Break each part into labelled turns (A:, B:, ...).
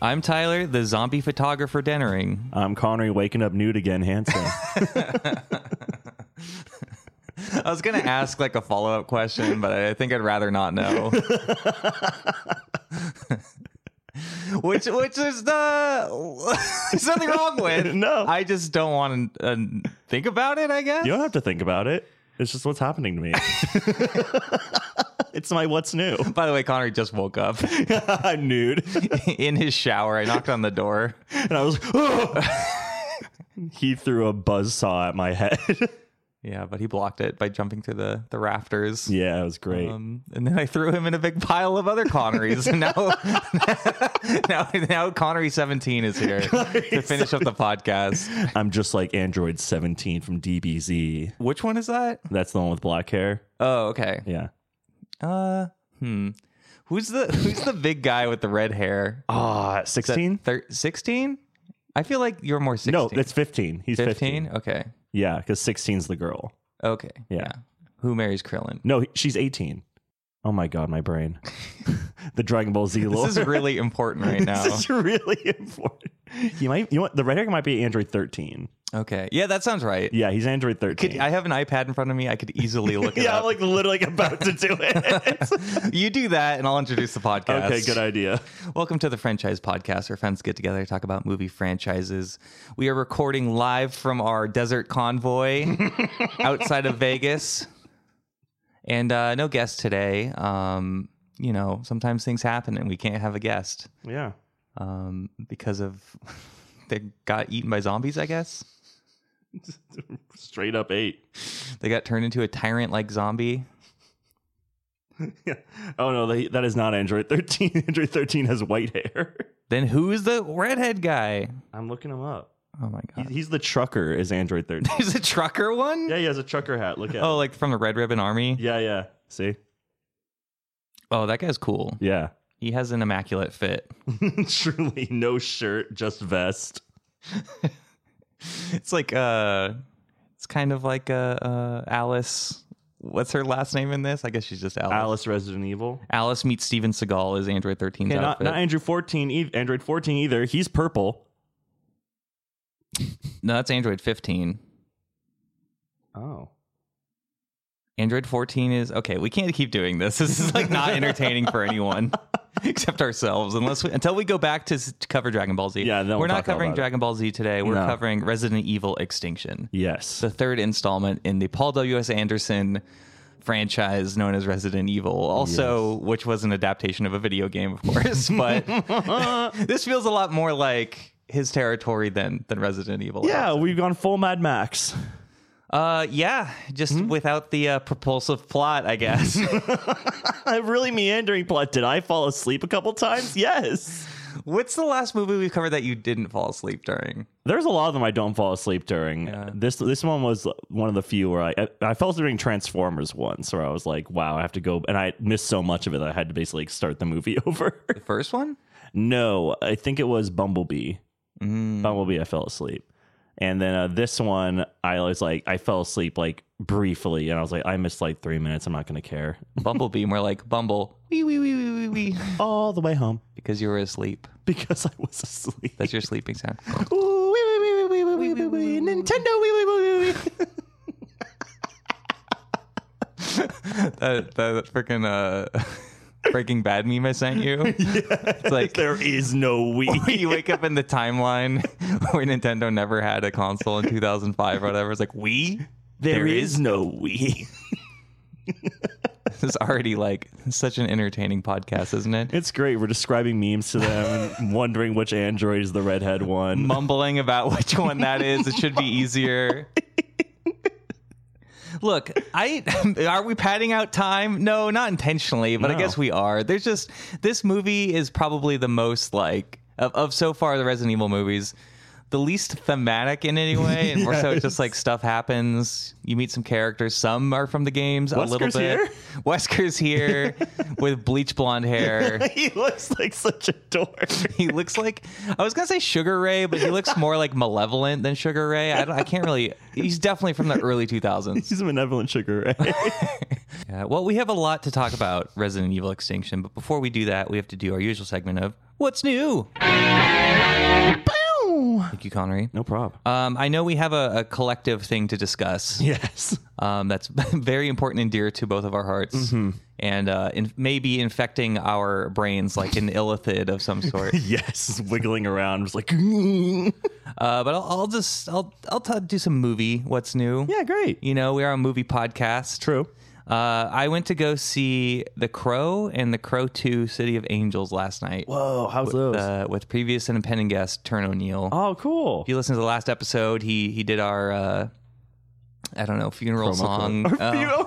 A: I'm Tyler, the zombie photographer Dennering.
B: I'm Um, Connery waking up nude again, handsome.
A: I was gonna ask like a follow up question, but I think I'd rather not know. which which is the there's nothing wrong with.
B: No.
A: I just don't want to uh, think about it. I guess.
B: you don't have to think about it. It's just what's happening to me. it's my what's new.
A: By the way, Connery just woke up
B: I'm nude.
A: in his shower. I knocked on the door.
B: And I was, he threw a buzzsaw at my head.
A: Yeah, but he blocked it by jumping through the the rafters.
B: yeah, it was great.
A: Um, and then I threw him in a big pile of other Connerys. and now, now, now Connery 17 is here to finish up the podcast.
B: I'm just like Android 17 from DBZ.
A: Which one is that?
B: That's the one with black hair.
A: Oh, okay.
B: Yeah.
A: Uh, hmm. Who's the Who's the big guy with the red hair?
B: Ah, 16?
A: Thir- 16? I feel like you're more 16.
B: No, that's 15. He's 15.
A: 15? Okay.
B: Yeah, because 16's the girl.
A: Okay.
B: Yeah.
A: Who marries Krillin?
B: No, he- she's 18. Oh my God, my brain. the Dragon Ball Z lore.
A: This is really important right now.
B: This is really important. You might, you know, what? the red hair might be Android 13.
A: Okay. Yeah, that sounds right.
B: Yeah, he's Android 13.
A: Could, I have an iPad in front of me. I could easily look it
B: yeah,
A: up.
B: I'm like literally about to do it.
A: you do that and I'll introduce the podcast.
B: okay, good idea.
A: Welcome to the Franchise Podcast, where friends get together to talk about movie franchises. We are recording live from our desert convoy outside of Vegas. And uh, no guest today. Um, you know, sometimes things happen and we can't have a guest
B: Yeah.
A: um, because of they got eaten by zombies, I guess.
B: Straight up eight.
A: They got turned into a tyrant like zombie.
B: Yeah. Oh no, they, that is not Android 13. Android 13 has white hair.
A: Then who is the redhead guy?
B: I'm looking him up.
A: Oh my
B: He-
A: God.
B: He's the trucker, is Android 13.
A: There's a trucker one?
B: yeah, he has a trucker hat. Look at
A: Oh,
B: him.
A: like from the Red Ribbon Army?
B: Yeah, yeah. See?
A: Oh, that guy's cool.
B: Yeah.
A: He has an immaculate fit.
B: Truly no shirt, just vest.
A: It's like uh it's kind of like uh, uh Alice what's her last name in this? I guess she's just Alice. Alice,
B: Alice Resident Evil.
A: meets Steven Seagal is Android 13's
B: Okay, not,
A: outfit.
B: not Android 14, e- Android 14 either. He's purple.
A: no, that's Android 15.
B: Oh.
A: Android 14 is okay, we can't keep doing this. This is like not entertaining for anyone except ourselves unless we, until we go back to, s- to cover Dragon Ball Z.
B: Yeah, then we'll
A: we're not
B: talk all
A: covering
B: about it.
A: Dragon Ball Z today. We're
B: No.
A: covering Resident Evil Extinction.
B: Yes.
A: the third installment in the Paul W.S. Anderson franchise known as Resident Evil, also, which was an adaptation of a video game, of course, but this feels a lot more like his territory than than Resident Evil.
B: Yeah, we've gone full Mad Max.
A: Uh yeah, just without the uh, propulsive plot, I guess.
B: A really meandering plot. Did I fall asleep a couple times? Yes.
A: What's the last movie we've covered that you didn't fall asleep during?
B: There's a lot of them I don't fall asleep during. This this one was one of the few where I I, I fell asleep during Transformers once, where I was like, wow, I have to go, and I missed so much of it that I had to basically like, start the movie over.
A: The first one?
B: no, I think it was Bumblebee. Bumblebee, I fell asleep, and then uh, this one I was like, I fell asleep like briefly, and I was like, I missed like three minutes. I'm not gonna care.
A: Bumblebee, more like Bumble. Wee wee wee wee wee wee.
B: All the way home
A: Because you were asleep.
B: because I was asleep.
A: That's your sleeping sound.
B: Ooh, wee, wee, wee, wee, wee, wee, wee, wee, Nintendo, wee, wee, wee, wee, wee.
A: that that freaking uh, Breaking Bad meme I sent you. It's like
B: There is no we.
A: you wake up in the timeline where Nintendo never had a console in 2005 or whatever. It's like we.
B: there is no we.
A: This is already like such an entertaining podcast, isn't it?
B: It's great. We're describing memes to them and wondering which Android is the redhead one.
A: Mumbling about which one that is. It should be easier. Look, I are we padding out time? No, not intentionally, but I
B: No.
A: guess we are. There's just this movie is probably the most like of, of so far the Resident Evil movies. the least thematic in any way, and more so it's just
B: Yes.
A: like stuff happens. You meet some characters. Some are from the games a little
B: Wesker's
A: bit.
B: here?
A: Wesker's here with bleach blonde hair.
B: he looks like such a dork.
A: He looks like I was gonna say Sugar Ray, but he looks more like malevolent than Sugar Ray. I, don't, I can't really. He's definitely from the early 2000s.
B: He's a benevolent sugar ray.
A: Yeah, well, we have a lot to talk about Resident Evil Extinction, but before we do that, we have to do our usual segment of What's New? Thank you, Connery.
B: no problem.
A: Um, I know we have a, a collective thing to discuss
B: yes.
A: um, that's very important and dear to both of our hearts, and uh, in, maybe infecting our brains like an illithid of some sort.
B: Yes. Wiggling around. Just like,
A: Uh, but I'll, I'll just I'll I'll t- do some movie. What's new?
B: yeah, great.
A: You know, we are a movie podcast.
B: True.
A: Uh, I went to go see The Crow and The Crow Two: City of Angels last night
B: Whoa, how's those?
A: uh, with previous and impending guest Turn O'Neill.
B: oh, cool.
A: if you listen to the last episode, he he did our uh, I don't know funeral song, uh,
B: Oh.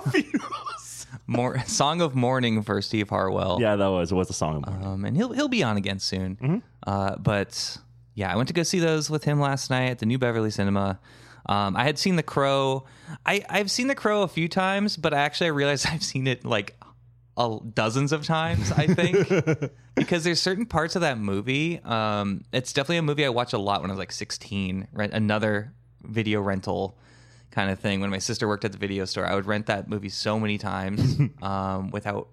A: mor- song of mourning for Steve Harwell.
B: yeah, that was what's the song. about?
A: um, and he'll he'll be on again soon. Uh, but yeah, I went to go see those with him last night at the New Beverly Cinema. Um, I had seen The Crow. I I've seen The Crow a few times, but actually I realized I've seen it like a, dozens of times. I think because there's certain parts of that movie. Um, it's definitely a movie I watched a lot when I was like 16. Right, another video rental kind of thing. When my sister worked at the video store, I would rent that movie so many times um, without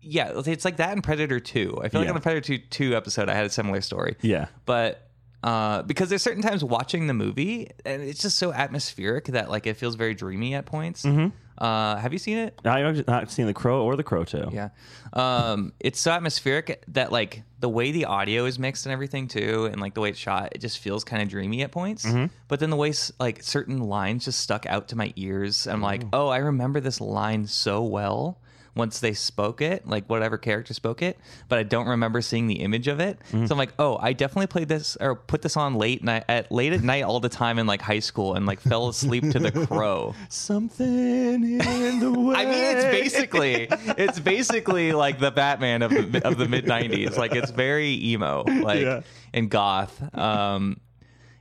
A: yeah, it's like that and Predator 2. I feel like
B: Yeah.
A: on the Predator 2, 2 episode, I had a similar story.
B: yeah.
A: But uh, because there's certain times watching the movie, and it's just so atmospheric that like it feels very dreamy at points.
B: Mm-hmm.
A: Uh, have you seen it?
B: I've not seen the crow or the crow too.
A: Yeah. Um, it's so atmospheric that like the way the audio is mixed and everything too, and like the way it's shot, it just feels kind of dreamy at points. But then the way s- like certain lines just stuck out to my ears. I'm like, oh, I remember this line so well once they spoke it, like whatever character spoke it, but I don't remember seeing the image of it. So I'm like, oh, I definitely played this or put this on late night at late at night all the time in like high school and like fell asleep to the crow.
B: Something in the way.
A: I mean, it's basically it's basically like the Batman of the of the mid '90s. Like it's very emo, like
B: Yeah.
A: and goth. Um,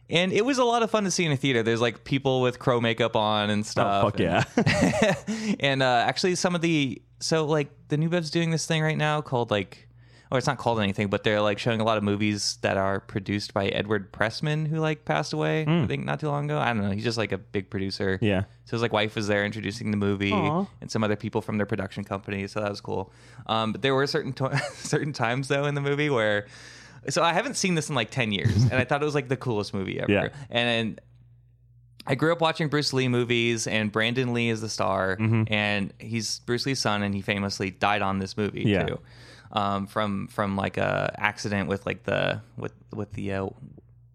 A: and it was a lot of fun to see in a theater. There's like people with crow makeup on and
B: Oh,
A: stuff.
B: fuck yeah.
A: and uh, actually, some of the so like the new Bev's doing this thing right now called like. Or it's not called anything, but they're like showing a lot of movies that are produced by Edward Pressman, who like passed away, I think not too long ago. I don't know. He's just like a big producer.
B: Hmm. yeah.
A: So his like wife was there introducing the movie
B: Aw.
A: and some other people from their production company. So that was cool. Um, but there were certain to- certain times though in the movie where, so I haven't seen this in like ten years, and I thought it was like the coolest movie ever.
B: Yeah.
A: And I grew up watching Bruce Lee movies, and Brandon Lee is the star,
B: Mm-hmm.
A: and he's Bruce Lee's son, and he famously died on this movie
B: Yeah.
A: too, um, from from like a accident with like the with with the. Uh,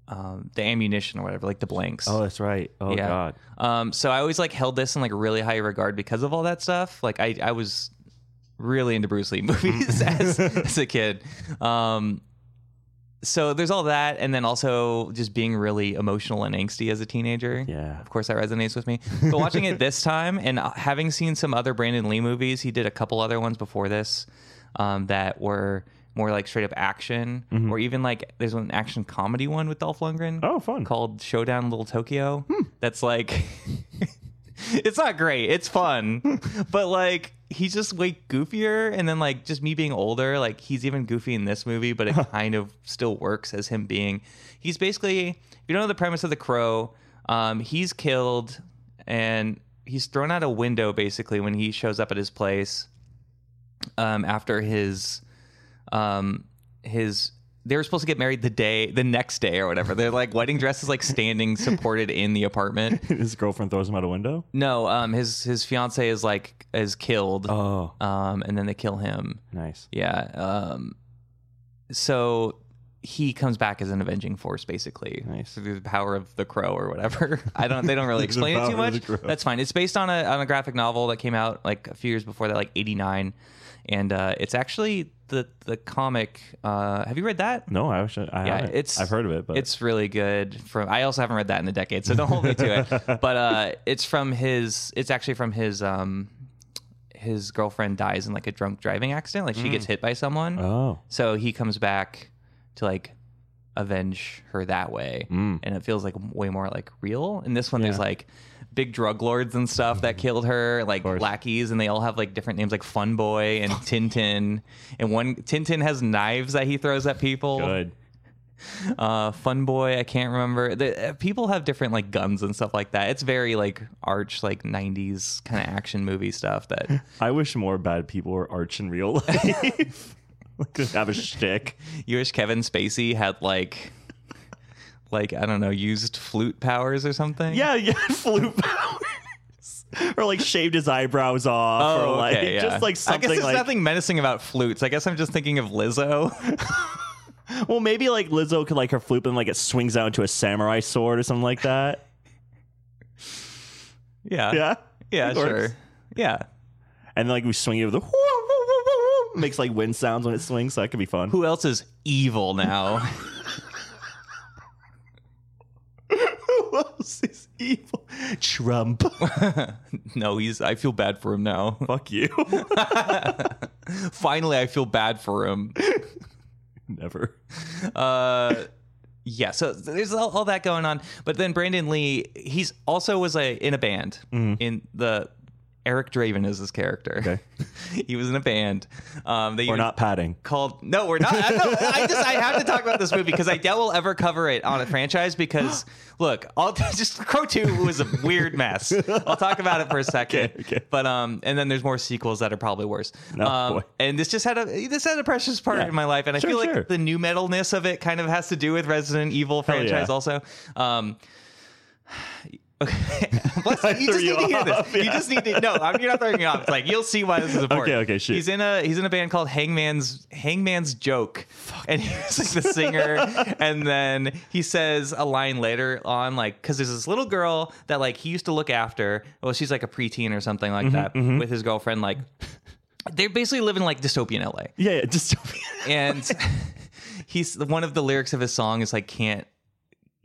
A: um, the ammunition or whatever, like the blanks.
B: Oh, that's right. Oh
A: Yeah.
B: god.
A: Um, so I always like held this in like really high regard because of all that stuff. Like I, I was really into Bruce Lee movies as, as a kid. Um, so there's all that, and then also just being really emotional and angsty as a teenager.
B: Yeah.
A: Of course, that resonates with me. But watching it this time and uh, having seen some other Brandon Lee movies, he did a couple other ones before this um, that were more like straight up action, or even like there's an action comedy one with Dolph Lundgren
B: Oh, fun. Hmm.
A: called Showdown Little Tokyo. That's like it's not great. It's fun, but like he's just way goofier. And then like just me being older, like he's even goofy in this movie, but it kind of still works as him being. He's basically if you don't know the premise of the Crow, um, he's killed and he's thrown out a window basically when he shows up at his place um, after his um, his they were supposed to get married the day the next day or whatever. Their like wedding dress is like standing supported in the apartment.
B: His girlfriend throws him out a window.
A: No, um, his his fiance is like is killed,
B: Oh,
A: um, and then they kill him.
B: nice.
A: Yeah. Um, so he comes back as an avenging force, basically,
B: Nice.
A: through the power of the crow or whatever. I don't. They don't really explain it
B: power
A: too
B: of the
A: much.
B: crow.
A: That's fine. It's based on a on a graphic novel that came out like a few years before that, like '89, and uh, it's actually the the comic. Uh, have you read that?
B: No, I actually, I
A: Yeah,
B: haven't.
A: it's-
B: I've heard of it, but
A: It's really good. From I also haven't read that in a decade, so don't hold me to it. But uh, it's from his. It's actually from his. Um, his girlfriend dies in like a
B: Mm.
A: drunk driving accident. Like she gets hit by someone.
B: oh,
A: So he comes back to like avenge her that way.
B: Mm.
A: And it feels like way more like real. In this one, there's like big drug lords and stuff that killed her, like
B: Mm-hmm. course.
A: lackeys, and they all have like different names, like Fun Boy and Tintin. And one Tintin has knives that he throws at people.
B: Good.
A: Uh, Fun Boy, I can't remember. The, uh, people have different like guns and stuff like that. It's very like arch, like '90s kind of action movie stuff that
B: I wish more bad people were arch in real life. like just have a shtick.
A: You wish Kevin Spacey had like, like I don't know, used flute powers or something.
B: Yeah, yeah, flute powers. or like shaved his eyebrows off.
A: Oh,
B: or like
A: okay, yeah.
B: just like
A: I guess
B: something
A: there's
B: like
A: nothing menacing about flutes. I guess I'm just thinking of Lizzo.
B: Well, maybe like Lizzo could like her flute and like it swings out into a samurai sword or something like that.
A: yeah.
B: Yeah.
A: Yeah.
B: It works.
A: Sure. Yeah.
B: And then like we swing it with the makes like wind sounds when it swings, so that could be fun.
A: Who else is evil now?
B: Who else is evil? Trump.
A: no, he's. I feel bad for him now.
B: Fuck you.
A: Finally, I feel bad for him.
B: Never.
A: Uh, yeah. So there's all, all that going on. But then Brandon Lee, he's also was a in a band in the. Eric Draven is his character.
B: Mm-hmm. Okay.
A: he was in a band. Um, they
B: We're
A: even
B: not padding.
A: called. No, we're not. I, no, I just I have to talk about this movie because I doubt we'll ever cover it on a franchise. Because look, I'll just Crow Two was a weird mess. I'll talk about it for a second.
B: Okay, okay.
A: But um, and then there's more sequels that are probably worse.
B: No,
A: um,
B: boy.
A: and this just had a this had a precious part
B: Yeah.
A: in my life, and
B: Sure,
A: I feel
B: sure. Oh,
A: like the new metalness of it kind of has to do with Resident Evil
B: yeah.
A: franchise also. Um. Okay. Plus, you
B: threw
A: just need
B: you
A: to hear this.
B: off,
A: You
B: yeah.
A: just need to no. I'm, you're not throwing me off. It's like you'll see why this is important.
B: Okay, okay, shoot.
A: He's in a he's in a band called Hangman's Hangman's Joke, and he's like the singer. and then he says a line later on, like, because there's this little girl that like he used to look after. Well, she's like a preteen or something
B: Mm-hmm,
A: like that with his girlfriend. Like, they basically live in like dystopian LA,
B: Yeah, yeah, just
A: and he's one of the lyrics of his song is like can't.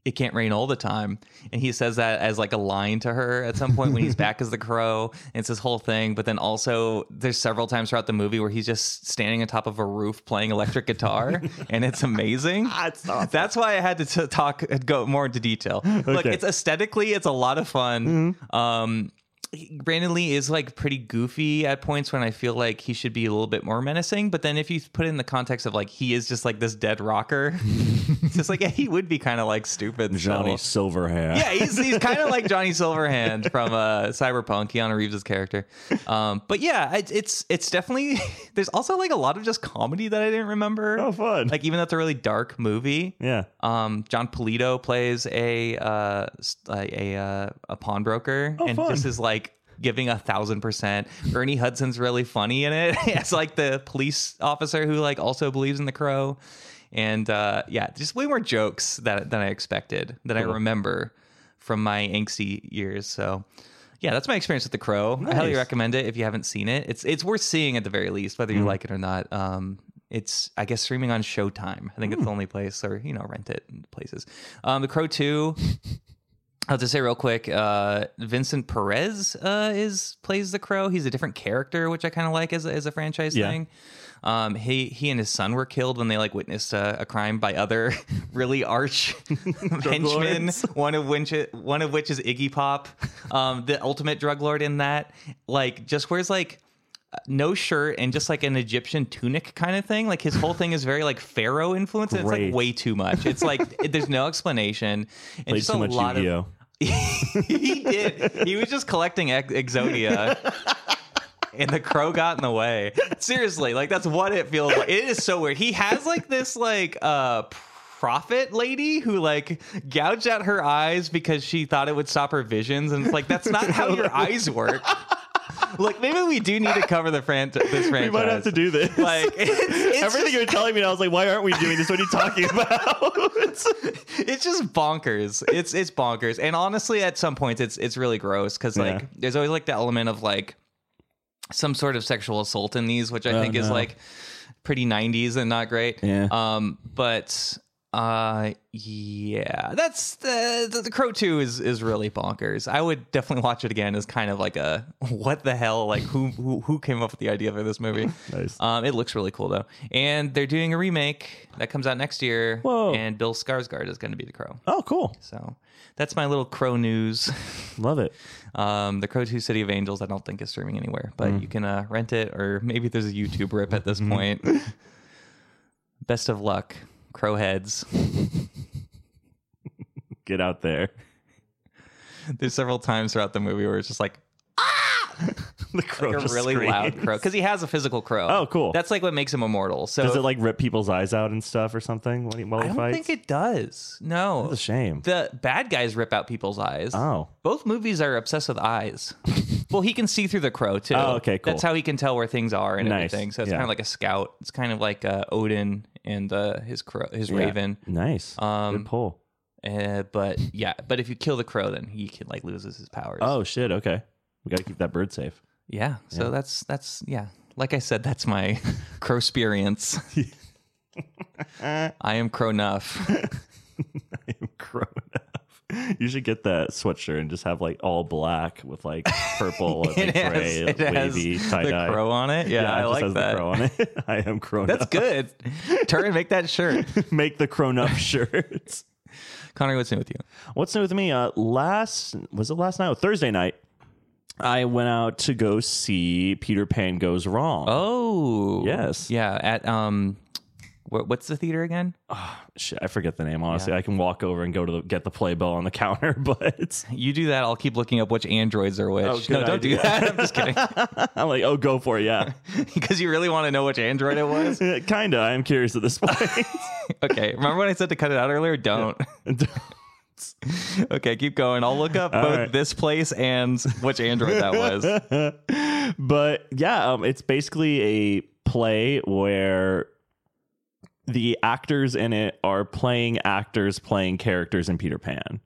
A: It can't rain all the time, and he says that as like a line to her at some point when he's back as the crow. And it's this whole thing, but then also there's several times throughout the movie where he's just standing on top of a roof playing electric guitar, and it's amazing.
B: That's awesome.
A: That's why I had to t- talk go more into detail. Look,
B: Okay. Mm-hmm.
A: it's aesthetically, it's a lot of fun. Um, Brandon Lee is like pretty goofy at points when I feel like he should be a little bit more menacing. But then if you put it in the context of like he is just like this dead rocker, it's just like yeah, he would be kind of like stupid. so-
B: Johnny Silverhand.
A: yeah, he's, he's kind of like Johnny Silverhand from uh, Cyberpunk, Keanu Reeves' character. Um, but yeah, it, it's it's definitely there's also like a lot of just comedy that I didn't remember.
B: Oh, fun.
A: Like even though it's a really dark movie,
B: yeah.
A: um, John Polito plays a uh, s- a a, uh, a pawnbroker,
B: Oh,
A: and
B: fun.
A: this is like giving a thousand percent. Ernie Hudson's really funny in it. it's like the police officer who like also believes in the crow, and uh, yeah, just way more jokes that than I expected that I remember from my angsty years. So. Yeah, that's my experience with the Crow. I highly
B: Nice.
A: recommend it if you haven't seen it. It's it's worth seeing at the very least, whether you
B: Mm-hmm.
A: like it or not. Um, it's I guess streaming on Showtime. I think
B: Hmm.
A: it's the only place, or you know, rent it in places. Um, the Crow Two. I'll just say real quick. Uh, Vincent Perez uh, is plays the Crow. He's a different character, which I kind of like as a, as a franchise
B: Yeah.
A: thing. Um, he he and his son were killed when they like witnessed a, a crime by other really arch henchmen.
B: lords.
A: One of which one of which is Iggy Pop, um, the ultimate drug lord in that. Like just wears like no shirt and just like an Egyptian tunic kind of thing. Like his whole thing is very like pharaoh influence. And it's
B: Great.
A: like way too much. It's like it- there's no explanation. And
B: Played
A: just
B: too
A: a
B: much
A: lot of
B: Yu-Gi-Oh.
A: he did. He was just collecting ex- Exodia. And the crow got in the way. Seriously, like that's what it feels like. It is so weird. He has like this like uh prophet lady who like gouged out her eyes because she thought it would stop her visions, and it's like that's not how your eyes work. Like maybe we do need to cover the fran- this franchise.
B: We might have to do this.
A: like it's, it's
B: Everything
A: just-
B: you're telling me, and I was like, why aren't we doing this? What are you talking about?
A: it's just bonkers. It's it's bonkers. And honestly, at some points, it's it's really gross because like
B: Yeah.
A: there's always like the element of like some sort of sexual assault in these, which I
B: Oh,
A: think is
B: no.
A: like pretty 90s and not great.
B: Yeah.
A: Um, but Uh, yeah, that's the, the, the Crow Two is is really bonkers. I would definitely watch it again as kind of like a what the hell, like who who, who came up with the idea for this movie?
B: Nice.
A: Um, it looks really cool though, and they're doing a remake that comes out next year.
B: Whoa.
A: And Bill Skarsgård is going to be the Crow.
B: Oh, cool.
A: So that's my little Crow news.
B: Love it.
A: Um, the Crow 2 City of Angels, I don't think is streaming anywhere, but
B: Hmm.
A: you can uh, rent it or maybe there's a YouTube rip at this point. Best of luck, Crowheads.
B: Get out there.
A: There's several times throughout the movie where it's just like
B: The crow
A: a
B: just
A: really
B: screams.
A: loud crow because he has a physical crow.
B: Oh, cool.
A: That's like what makes him immortal. So
B: Does it like rip people's eyes out and stuff or something while he, while
A: I
B: he
A: don't
B: fights?
A: think it does. No,
B: That's a shame.
A: the bad guys rip out people's eyes.
B: oh,
A: Both movies are obsessed with eyes. well, he can see through the crow too.
B: Oh, okay, cool.
A: That's how he can tell where things are and
B: Nice,
A: everything. So it's
B: yeah.
A: kind of like a scout. It's kind of like uh, Odin and uh, his crow, his raven.
B: nice.
A: Um,
B: Good pull.
A: Uh, but yeah, but if you kill the crow, then he can like loses his powers.
B: Oh shit. Okay, we got to keep that bird safe.
A: yeah. So that's that's yeah. Like I said, that's my crow experience. I am crow enough.
B: I am grown up. You should get that sweatshirt and just have like all black with like purple and like, gray,
A: it has
B: wavy tie
A: the
B: dye.
A: crow on it. Yeah, I
B: it just
A: like
B: has
A: that.
B: the crow on it. I am grown
A: That's
B: up.
A: good. Turn and make that shirt.
B: Make the grown up shirts.
A: Connor, what's new with you?
B: What's new with me? Uh, last was it last night? Oh, Thursday night. I went out to go see Peter Pan Goes Wrong.
A: Oh,
B: Yes.
A: yeah. At um, what, what's the theater again?
B: Shit, I forget the name. Honestly, I can walk over and go to the, get the playbill on the counter, but
A: You do that, I'll keep looking up which androids are which.
B: Oh, good
A: no, don't do
B: idea.
A: that. I'm just kidding.
B: I'm like, oh, go for it, yeah.
A: Because you really want to know which android it was.
B: Yeah, Kinda. I'm curious at this point.
A: Okay, remember when I said to cut it out earlier? Don't. okay, keep going. I'll look up both
B: right.
A: this place and which android that was.
B: but yeah, um, it's basically a play where the actors in it are playing actors playing characters in Peter Pan.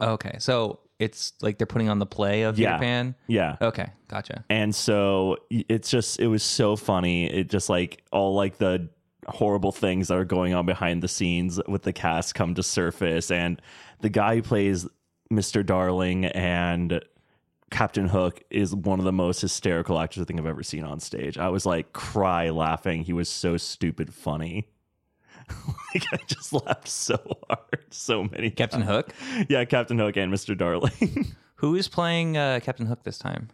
A: Okay, so it's like they're putting on the play of
B: Yeah.
A: Peter Pan.
B: Yeah.
A: Okay, gotcha.
B: and so y- it's just it was so funny it just like all like the horrible things that are going on behind the scenes with the cast come to surface and the guy who plays mr darling and captain hook is one of the most hysterical actors i think i've ever seen on stage i was like cry laughing he was so stupid funny like i just laughed so hard so many
A: Captain Hook.
B: times. yeah captain hook and mr darling
A: Who is playing uh, Captain Hook this time?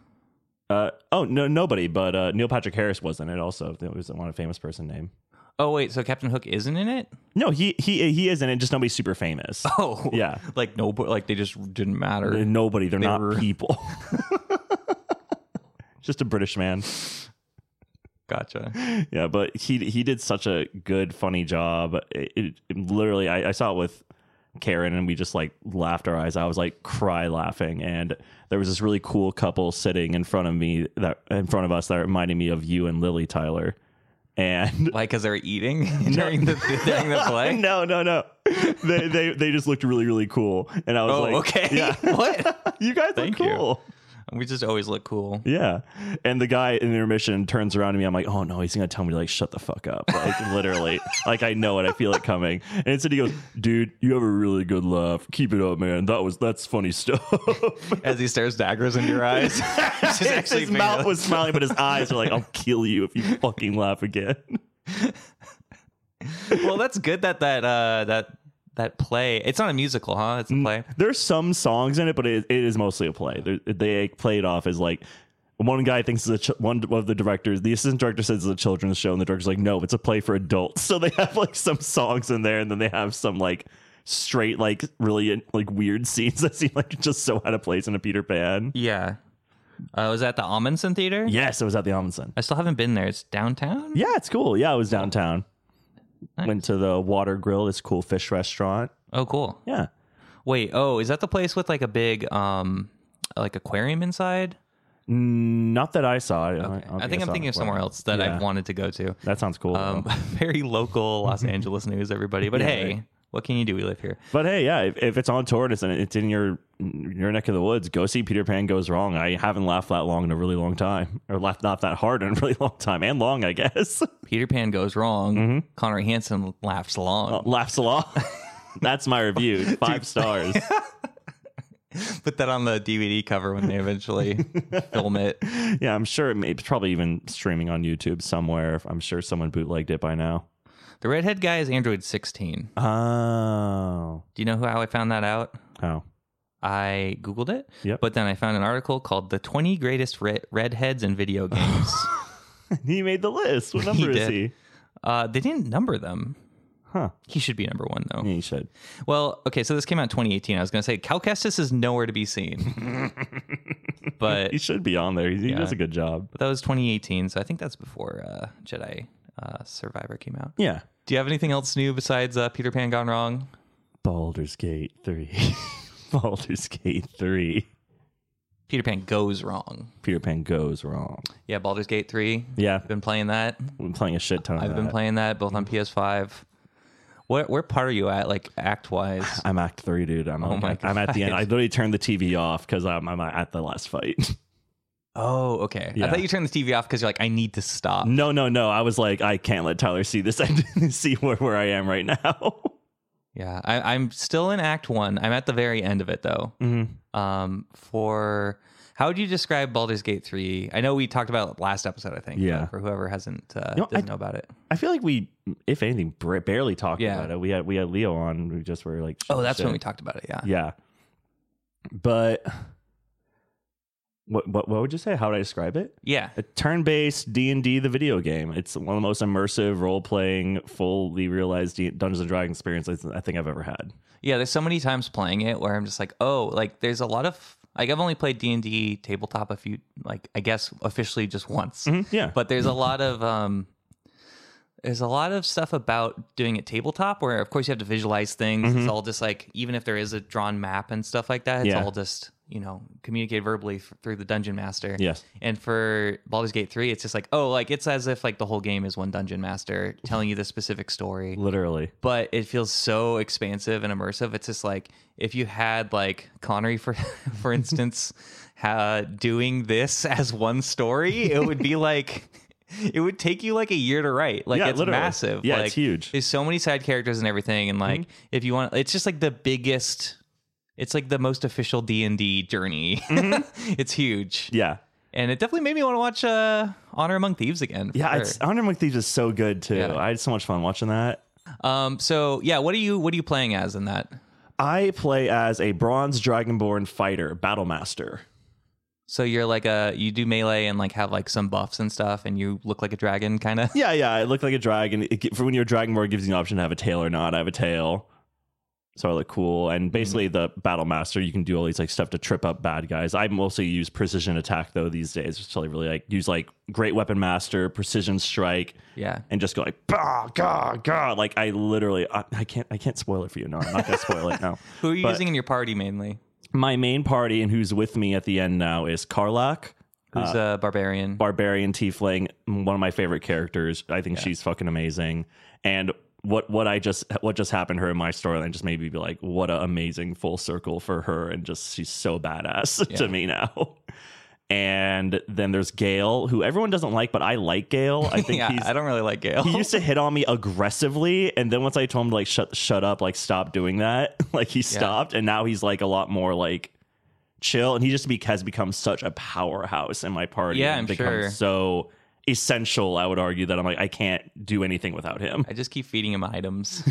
B: Uh, oh no, nobody. But uh, Neil Patrick Harris was in it. Also, it was one a famous person name.
A: Oh wait, so Captain Hook isn't in it?
B: No, he he he is in it. Just nobody's super famous.
A: Oh,
B: Yeah.
A: Like no, like they just didn't matter.
B: Nobody. They're not
A: were-
B: people. just a British man.
A: Gotcha.
B: Yeah, but he he did such a good, funny job. It, it, it literally, I, I saw it with Karen, and we just like laughed our eyes. out. I was like cry laughing, and there was this really cool couple sitting in front of me that in front of us that reminded me of you and Lily Tyler, and
A: Like, cause they're eating during the during the play.
B: No, no, no. They they they just looked really really cool, and I was
A: Oh,
B: like,
A: okay.
B: yeah,
A: what?
B: you guys look
A: Thank you.
B: cool.
A: We just always look cool.
B: Yeah, and the guy in the intermission turns around to me. I'm like, oh no, he's gonna tell me like shut the fuck up, like literally, like I know it, I feel it coming. And instead he goes, dude, you have a really good laugh. Keep it up, man. That was that's funny stuff.
A: As he stares daggers into your eyes. He's just actually
B: his mouth
A: fingerless.
B: was smiling, but his eyes were like, I'll kill you if you fucking laugh again.
A: well, that's good that that uh, that that play. It's not a musical, huh? It's a play.
B: There's some songs in it, but it, it is mostly a play. There, they play it off as like one guy thinks it's a ch- one of the directors, the assistant director says it's a children's show, and the director's like, no, it's a play for adults. So they have like some songs in there, and then they have some like straight like really like weird scenes that seem like just so out of place in a Peter Pan.
A: Yeah. Uh, was that the Amundsen Theater?
B: Yes, it was at the Amundsen.
A: I still haven't been there. It's downtown.
B: Yeah, it's cool. Yeah, I was downtown.
A: Nice.
B: Went to the Water Grill, this cool fish restaurant.
A: Oh, cool.
B: Yeah.
A: Wait. Oh, is that the place with like a big um, like aquarium inside?
B: Mm, Not that I saw. it. don't
A: I, think
B: I
A: I'm
B: saw
A: thinking
B: it.
A: of somewhere else that
B: Yeah.
A: I've wanted to go to.
B: That sounds cool. though.
A: Um, very local Los Angeles news, everybody. But
B: Yeah,
A: hey,
B: right.
A: What can you do? We live here.
B: But hey, yeah, if, if it's on tour and it's in, it's in your your neck of the woods, go see Peter Pan Goes Wrong. I haven't laughed that long in a really long time, or laughed not that hard in a really long time, and long, I guess.
A: Peter Pan goes wrong.
B: Mm-hmm.
A: Connery Hanson laughs along.
B: Laughs a lot. That's my review. Five stars.
A: Put that on the DVD cover when they eventually film it.
B: yeah, I'm sure it may, it's probably even streaming on YouTube somewhere. I'm sure someone bootlegged it by now.
A: The redhead guy is Android 16.
B: Oh,
A: Do you know who, how I found that out?
B: oh,
A: I Googled it,
B: Yep.
A: but then I found an article called The 20 Greatest Re- Redheads in Video Games.
B: he made the list. What number is
A: did.
B: he?
A: uh, they didn't number them.
B: Huh?
A: He should be number one, though.
B: Yeah, you should.
A: Well, okay, so this came out in 2018. I was going to say Cal Kestis is nowhere to be seen, but
B: He should be on there. He, he
A: Yeah.
B: does a good job.
A: that was 2018, so I think that's before uh, Jedi uh, Survivor came out.
B: Yeah.
A: Do you have anything else new besides uh, Peter Pan Gone Wrong?
B: Baldur's Gate three. Baldur's Gate three.
A: Peter Pan Goes Wrong.
B: Peter Pan goes wrong.
A: Yeah, Baldur's Gate 3.
B: Yeah,
A: Been playing that.
B: I'm playing a shit ton.
A: I've
B: of
A: been
B: that.
A: playing that both on PS5. Where where part are you at, like act wise?
B: I'm Act Three, dude. I'm
A: Oh my
B: I'm at the end.
A: God.
B: I literally turned the TV off because I'm, I'm at the last fight.
A: Oh, okay. I
B: Yeah.
A: thought you turned the TV off because you're like, I need to stop.
B: no, no, no. I was like, I can't let Tyler see this. and see where, where I am right now.
A: Yeah, I, I'm still in Act One. I'm at the very end of it though. Um, for how would you describe Baldur's Gate Three? I know we talked about it last episode. I think.
B: Yeah.
A: but For whoever hasn't uh,
B: know,
A: doesn't
B: I-
A: know about it.
B: I feel like we, if anything, br- barely talked
A: Yeah.
B: about it. We had we had Leo on. We just were like,
A: Oh, that's
B: shit.
A: when we talked about it. Yeah.
B: Yeah, but what what what would you say? How would I describe it?
A: Yeah.
B: a turn-based d&d the video game it's one of the most immersive role-playing fully realized D- dungeons and dragons experiences i think i've ever had
A: Yeah. There's so many times playing it where I'm just like, oh, like there's a lot of like I've only played D and D tabletop a few like I guess officially just once.
B: yeah
A: Mm-hmm. but there's a lot of um there's a lot of stuff about doing it tabletop where of course you have to visualize things it's all just like even if there is a drawn map and stuff like that it's
B: Mm-hmm. Yeah.
A: all just you know communicate verbally f- through the dungeon master
B: Yes.
A: and for Baldur's Gate 3 it's just like oh like it's as if like the whole game is one dungeon master telling you the specific story
B: literally
A: but it feels so expansive and immersive. It's just like if you had like Connery for for instance ha- doing this as one story, it would be like it would take you like a year to write. Like
B: Yeah,
A: it's
B: literally.
A: massive.
B: Yeah,
A: like,
B: it's huge. Mm-hmm.
A: There's so many side characters and everything, and like if you want, it's just like the biggest. It's like the most official D and D journey.
B: Mm-hmm.
A: it's huge,
B: yeah
A: and it definitely made me want to watch uh, Honor Among Thieves again. for
B: yeah
A: sure.
B: it's honor mcthieves is so good too
A: Yeah.
B: i had so much fun watching that
A: um. So yeah, what are you what are you playing as in that?
B: i play as a bronze dragonborn fighter battle master
A: So you're like a you do melee and like have like some buffs and stuff, and you look like a dragon, kind of.
B: yeah yeah i look like a dragon it, gi- for when you're a dragonborn it gives you an option to have a tail or not i have a tail so i look cool and basically the battle master you can do all these like stuff to trip up bad guys i mostly use precision attack though these days which i really like use like great weapon master precision strike
A: Yeah.
B: and just go like bah, gah, gah. like i literally I, I can't i can't spoil it for you no i'm not gonna spoil it no
A: Who are you
B: But-
A: using in your party mainly?
B: my main party and who's with me at the end now is karlak
A: Who's
B: Uh,
A: a barbarian?
B: barbarian tiefling, one of my favorite characters. I think she's fucking amazing. And what what I just what just happened to her in my storyline just made me be like, what an amazing full circle for her, and just she's so badass to me now. And then there's Gale, who everyone doesn't like, but I like Gale. I think
A: yeah,
B: he's
A: I don't really like Gale.
B: he used to hit on me aggressively and then once i told him to like shut shut up like stop doing that like he stopped and now he's like a lot more like chill and he just be, has become such a powerhouse in my party
A: Yeah,
B: and
A: I'm
B: become
A: sure.
B: so essential i would argue that i'm like i can't do anything without him
A: I just keep feeding him items.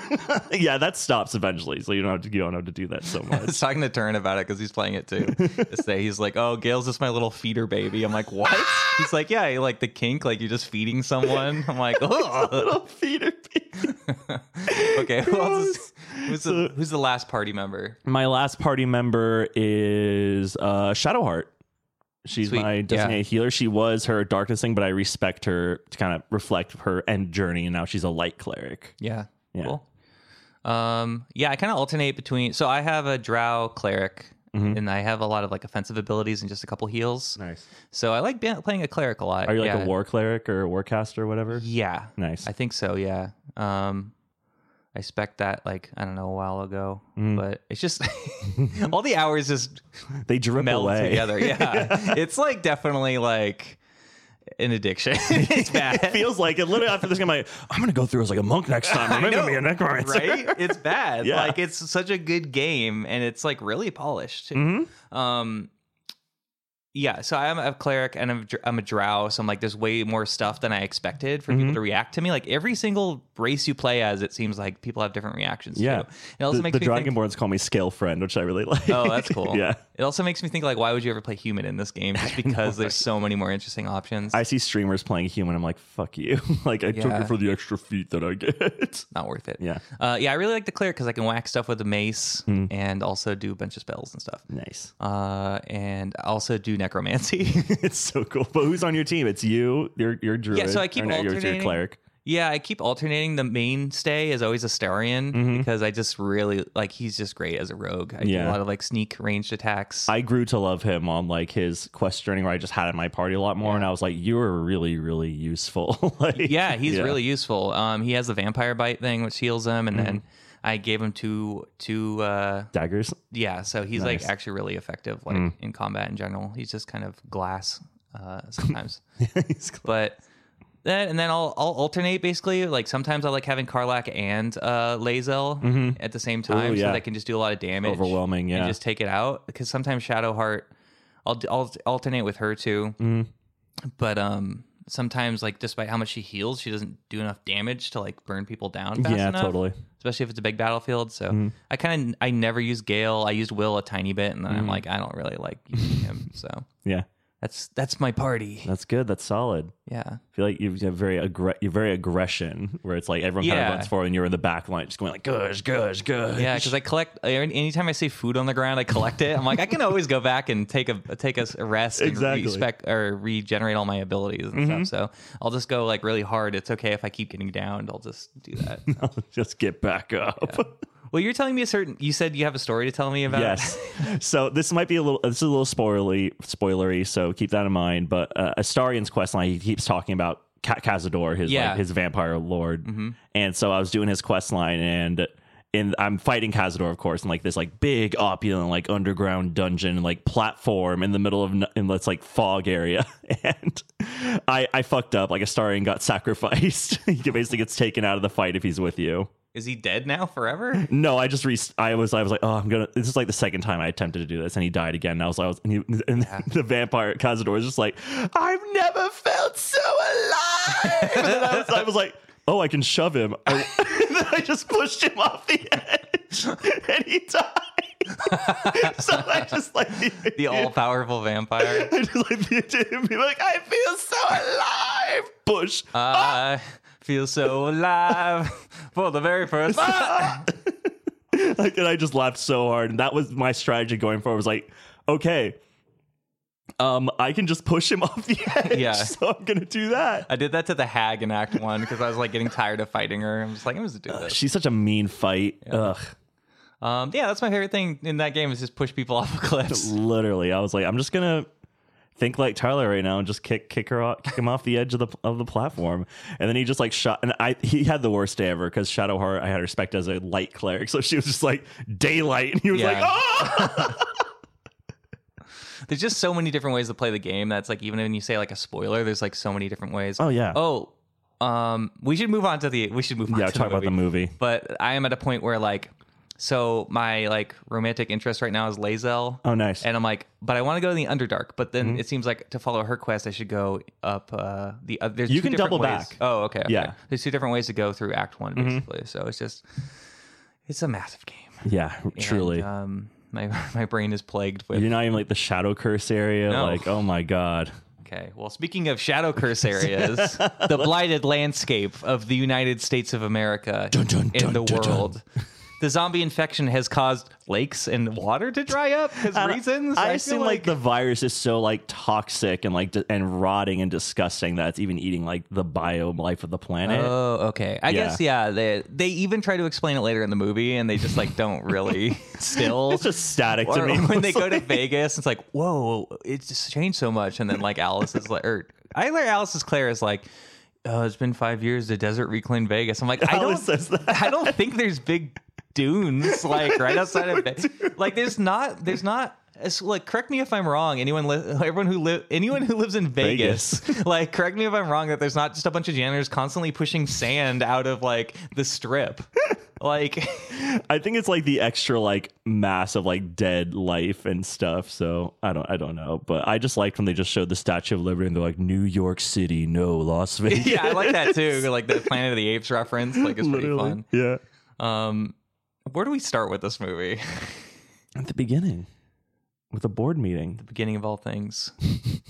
B: yeah that stops eventually so you don't have to you don't have to do that so
A: I
B: much
A: was talking to Turn about it because he's playing it too. This day he's like, "Oh, Gail's just my little feeder baby." I'm like, "What?" he's like, "Yeah, you like the kink, like you're just feeding someone." I'm like, "Oh,
B: little feeder baby.
A: okay." Who else is, who's the who's the last party member?
B: my last party member is uh Shadowheart. She's
A: Sweet.
B: my designated healer. She was her darkness thing, but I respect her to kind of reflect her end journey, and now she's a light cleric.
A: Yeah.
B: Yeah.
A: Cool. Um, yeah, I kind of alternate between. So I have a drow cleric, and I have a lot of like offensive abilities and just a couple heals.
B: Mm-hmm. Nice.
A: So I like be- playing a cleric a lot.
B: Are you like
A: Yeah.
B: a war cleric or a war caster or whatever?
A: Yeah.
B: Nice.
A: I think so. Yeah. Um, I spec that like I don't know a while ago,
B: Mm.
A: but it's just all the hours just
B: They drip
A: meld
B: away.
A: together. Yeah. it's like definitely like an addiction. it's
B: It
A: bad,
B: feels like it. Literally after this game, I'm like, I'm gonna go through as like a monk next time. I'm gonna
A: know,
B: be a necromancer.
A: right? It's bad.
B: Yeah.
A: Like it's such a good game, and it's like really polished. too.
B: hmm
A: Um, yeah. So I'm a cleric and I'm, I'm a drow. So I'm like, there's way more stuff than I expected for
B: Mm-hmm.
A: people to react to me. Like every single race you play as, it seems like people have different reactions. to.
B: Yeah.
A: It also
B: The,
A: makes
B: the
A: me think.
B: Dragonborns call me scale friend, which I really like.
A: Oh, that's cool.
B: yeah.
A: It also makes me think like, why would you ever play human in this game? Just because there's so many more interesting options.
B: I see streamers playing human. I'm like, fuck you. like I took
A: Yeah.
B: it for the extra feet that I get.
A: Not worth it.
B: yeah. Mm.
A: Uh, yeah, I really like the cleric because I can whack stuff with a mace and also do a bunch of spells and stuff.
B: Nice.
A: Uh, and I also do necromancy.
B: It's so cool. But who's on your team? It's you, your your druid.
A: Yeah, so I keep
B: or no, your- your
A: alternating.
B: cleric.
A: Yeah, I keep alternating. The mainstay is always Astarian because I just really like he's just great as a rogue. I do
B: Mm-hmm. Yeah.
A: a lot of like sneak ranged attacks.
B: I grew to love him on like his quest journey where I just had in my party a lot more, and I was like, "You are really, really useful." like,
A: yeah, he's really useful. Um, he has the vampire bite thing which heals him, and then
B: Mm-hmm.
A: I gave him two two. Uh,
B: daggers.
A: yeah, so he's
B: Nice. Mm.
A: like actually really effective like in combat in general. He's just kind of glass uh, sometimes.
B: He's cool.
A: but then and then I'll I'll alternate basically. Like sometimes I like having Karlak and uh Lazel at the same time,
B: Mm-hmm. Ooh,
A: so
B: yeah.
A: they can just do a lot of damage,
B: Overwhelming, yeah.
A: and just take it out. Because sometimes Shadowheart, I'll, d- I'll alternate with her too,
B: Mm-hmm.
A: but um. Sometimes, like, despite how much she heals, she doesn't do enough damage to like burn people down. Fast
B: yeah,
A: enough,
B: totally. Mm-hmm.
A: Especially if it's a big battlefield. So I kind of I never use Gale. I used Will a tiny bit, and then
B: Mm-hmm.
A: I'm like, I don't really like using him. So
B: Yeah,
A: that's that's my party.
B: that's good. That's solid.
A: Yeah.
B: I feel like you have very aggr- you're very aggression where it's like everyone kind
A: Yeah.
B: of runs forward and you're in the back line just going like gush gush gush.
A: Yeah, because I collect uh, any- anytime I see food on the ground, I collect it. I'm like, I can always go back and take a take a s- a rest and
B: Exactly. Mm-hmm.
A: respect or regenerate all my abilities and stuff. So I'll just go like really hard. It's okay if I keep getting downed. I'll just do that.
B: just get back up.
A: well, you're telling me a certain. You said you have a story to tell me about.
B: Yes. so this might be a little this is a little spoilery spoilery, so keep that in mind. But uh, Astarian's quest line, he keeps talking about Ca- Cazador, his
A: Yeah.
B: like, his vampire lord. And so I was doing his quest line and and I'm fighting Cazador, of course, in like this like big opulent like underground dungeon like platform in the middle of n- in this like fog area, and I I fucked up like Astarian got sacrificed. he basically gets taken out of the fight if he's with you.
A: Is he dead now forever?
B: No, I just re- I was I was like, oh, I'm gonna. This is like the second time I attempted to do this, and he died again. And I was like, I was, and, he, and the vampire Cazador is just like, I've never felt so alive. and then I, was, I was like, oh, I can shove him. I, and then I just pushed him off the edge, and he died. so I just like the,
A: The all powerful vampire.
B: I just like the idiot be like, I feel so alive. Push.
A: I feel so alive for the very first. time.
B: like, and I just laughed so hard. And that was my strategy going forward. Was like, okay, um, I can just push him off the edge.
A: Yeah.
B: So I'm gonna do that.
A: I did that to the hag in Act One because I was like getting tired of fighting her. I'm just like, I'm just gonna do this.
B: She's such a mean fight. Ugh.
A: Um, yeah, that's my favorite thing in that game is just push people off of cliffs.
B: Literally, I was like, I'm just gonna think like Tyler right now and just kick kick her off, kick him off the edge of the of the platform. And then he just like shot. And I he had the worst day ever because Shadowheart I had respect as a light cleric, so she was just like daylight, and he was
A: Yeah.
B: like, oh.
A: There's just so many different ways to play the game. That's like even when you say like a spoiler, there's like so many different ways.
B: Oh, yeah.
A: Oh, um, we should move on to the. We should move on.
B: Yeah,
A: to
B: talk about the movie.
A: But I am at a point where like, so my like romantic interest right now is Lazel.
B: Oh, nice. Mm-hmm.
A: And I'm like, but I want to go to the Underdark. But then it seems like to follow her quest, I should go up uh, the. Uh, there's
B: You
A: two
B: can
A: different
B: double
A: ways.
B: back.
A: Oh, okay, okay.
B: Yeah. Mm-hmm.
A: There's two different ways to go through Act One, basically. So it's just, it's a massive game.
B: yeah, truly.
A: And, um, my my brain is plagued with.
B: You're not even like the shadow curse area.
A: No.
B: Like, oh my god.
A: Okay. Well, speaking of shadow curse areas, the blighted landscape of the United States of America
B: dun,
A: and the
B: dun, dun, dun.
A: world. The zombie infection has caused lakes and water to dry up because reasons.
B: I,
A: feel
B: assume like, the virus is so like toxic and like di- and rotting and disgusting that it's even eating like the biolife of the planet.
A: Oh, okay. I
B: Yeah.
A: guess yeah. They they even try to explain it later in the movie, and they just like don't really still.
B: it's just static to
A: or
B: me.
A: when they go to
B: mostly.
A: Vegas, it's like, whoa, it's just changed so much. And then like Alice is like, or either Alice's Claire is like, oh, it's been five years. The desert reclaimed Vegas. I'm like, I
B: Alice
A: don't,
B: says that.
A: I don't think there's big dunes like right outside of
B: there
A: Ve- like there's not there's not it's like correct me if I'm wrong anyone li- everyone who live anyone who lives in Vegas, like correct me if I'm wrong that there's not just a bunch of janitors constantly pushing sand out of like the strip like
B: I think it's like the extra like mass of like dead life and stuff. So I don't I don't know. But I just liked when they just showed the Statue of Liberty and they're like New York City, no Las Vegas.
A: yeah I like that too like the Planet of the Apes reference like it's pretty
B: Literally.
A: fun
B: Yeah.
A: um where do we start with this movie
B: At the beginning. With a board meeting.
A: beginning of all things.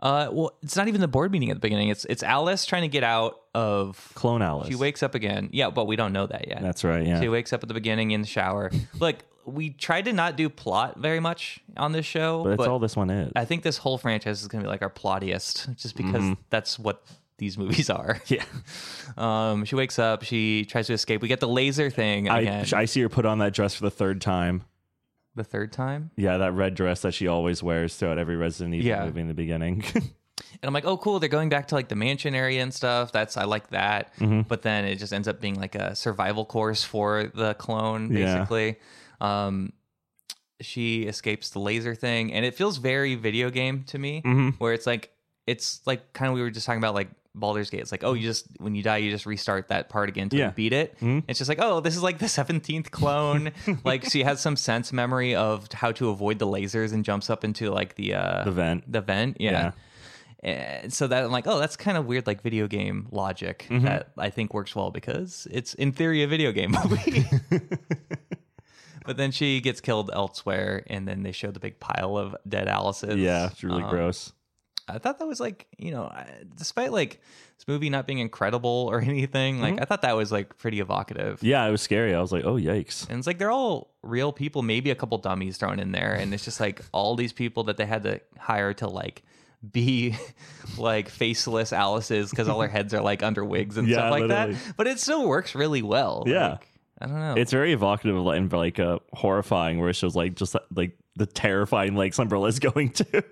A: uh, well, it's not even the board meeting at the beginning. It's it's Alice trying to get out of.
B: Clone Alice.
A: She wakes up again. Yeah, but we don't know that yet.
B: That's right, yeah.
A: She wakes up at the beginning in the shower. Look, we tried to not do plot very much on this show,
B: but
A: but,
B: that's all this one is.
A: I think this whole franchise is going to be like our plottiest, just because that's what these movies are.
B: yeah.
A: Um, she wakes up. She tries to escape. We get the laser thing
B: I,
A: again.
B: I see her put on that dress for the third time.
A: the third time.
B: Yeah, that red dress that she always wears throughout every Resident Evil
A: Yeah.
B: movie in the beginning.
A: and I'm like, oh, cool, they're going back to like the mansion area and stuff. That's I like that.
B: Mm-hmm.
A: But then it just ends up being like a survival course for the clone,
B: Yeah.
A: basically. Um, she escapes the laser thing, and it feels very video game to me,
B: Mm-hmm.
A: where it's like it's like kind of we were just talking about like Baldur's Gate. It's like, oh, you just when you die, you just restart that part again to
B: Yeah. Mm-hmm.
A: beat it. It's just like, oh, this is like the seventeenth clone. like she has some sense memory of how to avoid the lasers and jumps up into like the uh
B: the vent.
A: the vent. Yeah. And so that I'm like, oh, that's kind of weird, like video game logic that I think works well because it's in theory a video game movie. but then she gets killed elsewhere, and then they show the big pile of dead Alice's.
B: Yeah, it's really
A: Um,
B: gross.
A: I thought that was like, you know, I- despite like this movie not being incredible or anything, like I thought that was like pretty evocative.
B: Yeah, it was scary. I was like, oh yikes.
A: And it's like they're all real people, maybe a couple dummies thrown in there, and it's just like all these people that they had to hire to like be like faceless Alice's because all their heads are like under wigs and
B: Yeah,
A: stuff like
B: literally.
A: that. But it still works really well.
B: Yeah.
A: Like, I don't know.
B: It's very evocative of, like, and like uh, horrifying, where it shows like just like the terrifying lakes Umbrella's going to.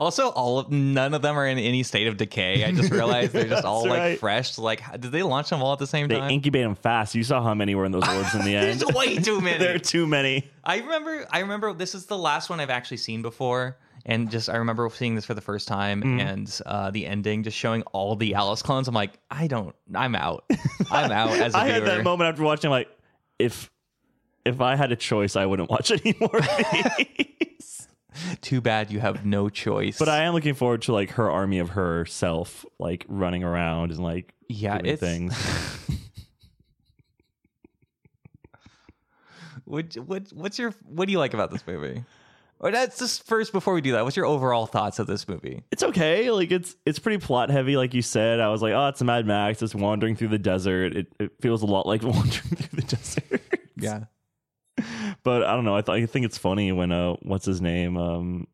A: also all of none of them are in any state of decay. I just realized they're just all
B: That's right.
A: like fresh. Like, how- did they launch them all at the same
B: they
A: time?
B: incubate them fast. You saw how many were in those orbs in the end.
A: There's way too many.
B: there are too many.
A: I remember I remember this is the last one I've actually seen before. And just I remember seeing this for the first time
B: Mm-hmm.
A: and uh, the ending just showing all the Alice clones. I'm like, I don't I'm out. I'm out as a
B: I had
A: viewer.
B: that moment after watching. Like, if if I had a choice, I wouldn't watch any more. of these.
A: Too bad you have no choice.
B: but I am looking forward to like her army of herself, like running around and like
A: Yeah,
B: doing
A: it's-
B: things.
A: what, what what's your what do you like about this movie? Or that's just first before we do that, what's your overall thoughts of this movie?
B: it's okay. Like it's it's pretty plot heavy, like you said. I was like, oh, it's a Mad Max. It's wandering through the desert. It, it feels a lot like wandering through the desert.
A: Yeah.
B: but I don't know. I, th- I think it's funny when uh, what's his name? Um,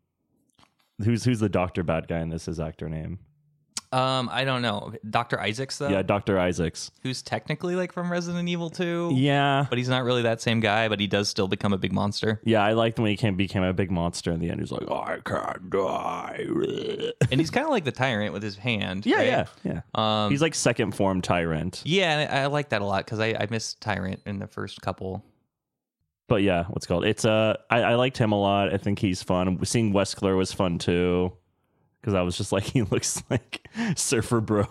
B: who's who's the doctor bad guy in this? His actor name?
A: Um, I don't know. Dr. Isaacs though,
B: yeah, Doctor Isaacs.
A: who's technically like from Resident Evil 2.
B: Yeah,
A: But he's not really that same guy, but he does still become a big monster.
B: yeah. I liked when he came, became a big monster in the end. He's like, I can't die.
A: and he's kind of like the tyrant with his hand.
B: yeah,
A: right?
B: yeah, yeah.
A: Um,
B: he's like second form tyrant.
A: yeah, and I, I like that a lot because I, I miss Tyrant in the first couple.
B: But yeah, what's it called? It's uh, I, I liked him a lot. I think he's fun. Seeing Westcler was fun too, because I was just like, he looks like Surfer Bro E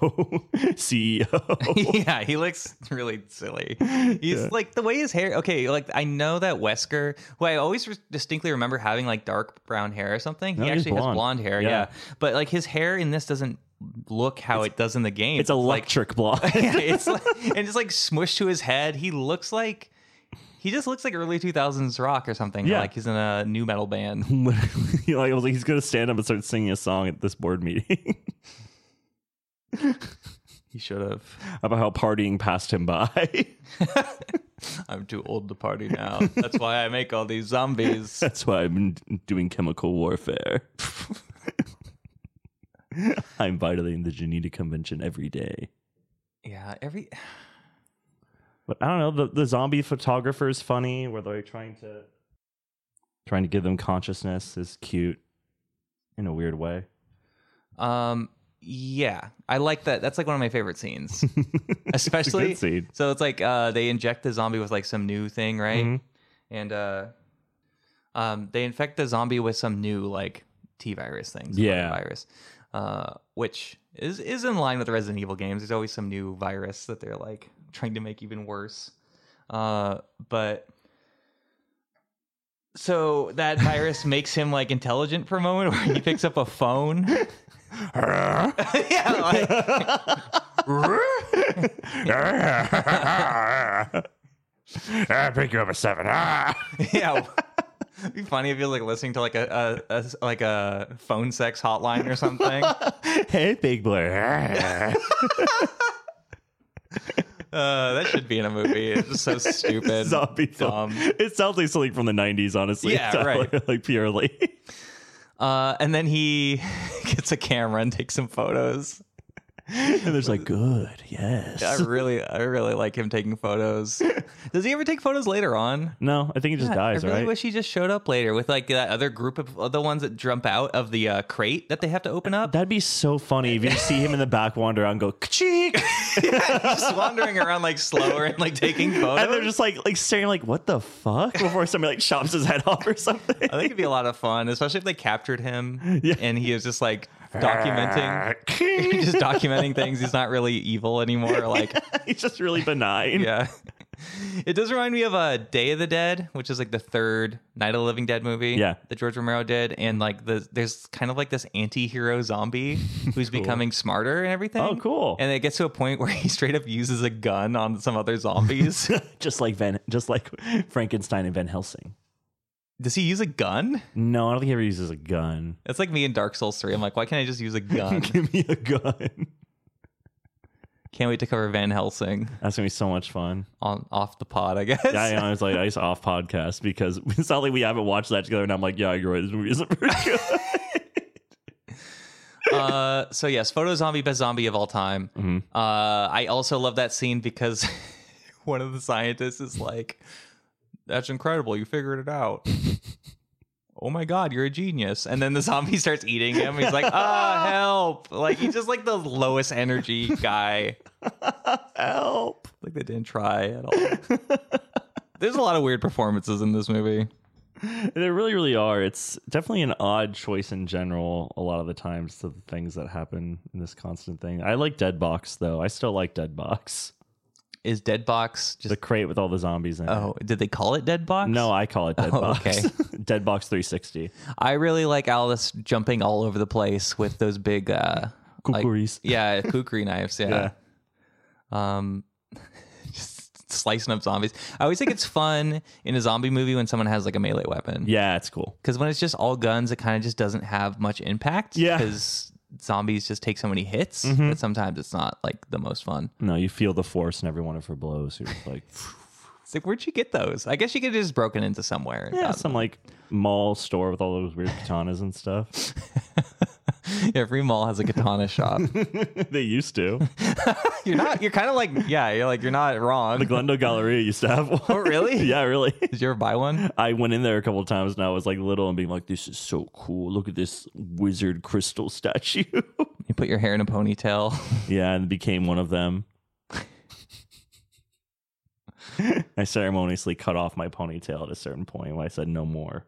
B: CEO.
A: yeah, he looks really silly. He's
B: Yeah.
A: like the way his hair. Okay, like I know that Wesker, who I always re- distinctly remember having like dark brown hair or something.
B: No,
A: he
B: he's
A: actually has
B: blonde.
A: blonde hair.
B: Yeah.
A: Yeah. but like his hair in this doesn't look how it does in the game.
B: it's electric block.
A: yeah, it's like, and it's like smushed to his head. He looks like he just looks like early two thousands rock or something.
B: Yeah.
A: like he's in a new metal band.
B: Literally, like I was like, he's gonna stand up and start singing a song at this board meeting
A: He should have.
B: about how partying passed him by.
A: I'm too old to party now. That's why I make all these zombies.
B: That's why I've been doing chemical warfare. I'm violating the Geneva Convention every day.
A: Yeah, every
B: But I don't know. The, the zombie photographer is funny. Where they're trying to trying to give them consciousness is cute in a weird way.
A: um yeah, I like that. That's like one of my favorite scenes, especially.
B: good scene.
A: So it's like uh, they inject the zombie with like some new thing, right?
B: Mhm.
A: And uh, um, they infect the zombie with some new like T virus thing, some
B: Yeah.
A: other virus, uh, which is is in line with the Resident Evil games. There's always some new virus that they're like trying to make even worse. Uh, but so that virus makes him like intelligent for a moment, where he picks up a phone. yeah, like,
B: Ah, I pick you up a seven. Ah.
A: yeah. It'd be funny if he was like listening to like a, a, a like a phone sex hotline or something.
B: hey, big boy. Ah.
A: Uh, that should be in a movie. It's just so stupid.
B: Zombie film.
A: dumb.
B: It sounds like something from the '90s, honestly.
A: Yeah,
B: So,
A: right.
B: Like, like purely.
A: Uh, and then he gets a camera and takes some photos.
B: And there's like, good, yes.
A: I really, I really like him taking photos. Does he ever take photos later on?
B: No, I think he just dies,
A: I really
B: right?
A: wish he just showed up later with like that other group of other ones that jump out of the uh, crate that they have to open up.
B: That'd be so funny if you see him in the back wander out and go, cheek.
A: just wandering around like slower and like taking photos.
B: And they're just like, like staring, like, what the fuck? Before somebody like chops his head off or something.
A: I think it'd be a lot of fun, especially if they captured him
B: Yeah.
A: and he was just like documenting, just documenting things. He's not really evil anymore. Like,
B: He's just really benign.
A: yeah. It does remind me of uh, Day of the Dead, which is like the third Night of the Living Dead movie
B: Yeah.
A: that George Romero did. And like the there's kind of like this anti-hero zombie who's becoming smarter and everything.
B: Oh, cool.
A: And it gets to a point where he straight up uses a gun on some other zombies.
B: just like Van, just like Frankenstein and Van Helsing.
A: does he use a gun?
B: No, I don't think he ever uses a gun.
A: That's like me in Dark Souls 3. I'm like, why can't I just use a gun?
B: Give me a gun.
A: Can't wait to cover Van Helsing
B: That's gonna be so much fun.
A: on off the pod, I guess.
B: Yeah, I know. It's like ice off podcast because it's not like we haven't watched that together. And I'm like, yeah, you're right. This movie isn't very good.
A: uh, so yes, Photo Zombie, best zombie of all time. Uh, I also love that scene because one of the scientists is like, "That's incredible! You figured it out." Oh my god, you're a genius! And then the zombie starts eating him. He's like, "Ah, help!" Like he's just like the lowest energy guy.
B: Help.
A: Like they didn't try at all. There's a lot of weird performances in this movie.
B: They really, really are. It's definitely an odd choice in general. A lot of the times to the things that happen in this constant thing. I like Dead Box though. I still like Dead Box.
A: Is Deadbox just?
B: The crate with all the zombies in it.
A: oh, did they call it Deadbox?
B: No, I call it Dead
A: Oh,
B: Box.
A: okay.
B: Dead Box 360.
A: I really like Alice jumping all over the place with those big, uh, like-
B: Kukuris.
A: yeah, kukri knives. Yeah. Um, just slicing up zombies. I always think it's fun in a zombie movie when someone has like a melee weapon.
B: Yeah, it's cool.
A: Because when it's just all guns, it kind of just doesn't have much impact.
B: Yeah. Mm-hmm.
A: Because zombies just take so many hits that sometimes it's not like the most fun.
B: No, you feel the force in every one of her blows. You're just like,
A: It's like, where'd you get those? I guess you could have just broken into somewhere. and
B: yeah,
A: gotten
B: some like mall store with all those weird katanas and stuff.
A: Every mall has a katana shop.
B: they used to.
A: You're not. You're kind of like yeah. You're like you're not wrong.
B: The Glendale Galleria used to have one.
A: Oh, really?
B: yeah, really.
A: Did you ever buy one?
B: I went in there a couple of times and I was like little and being like, this is so cool. Look at this wizard crystal statue.
A: You put your hair in a ponytail.
B: yeah, and became one of them. I ceremoniously cut off my ponytail at a certain point when I said no more.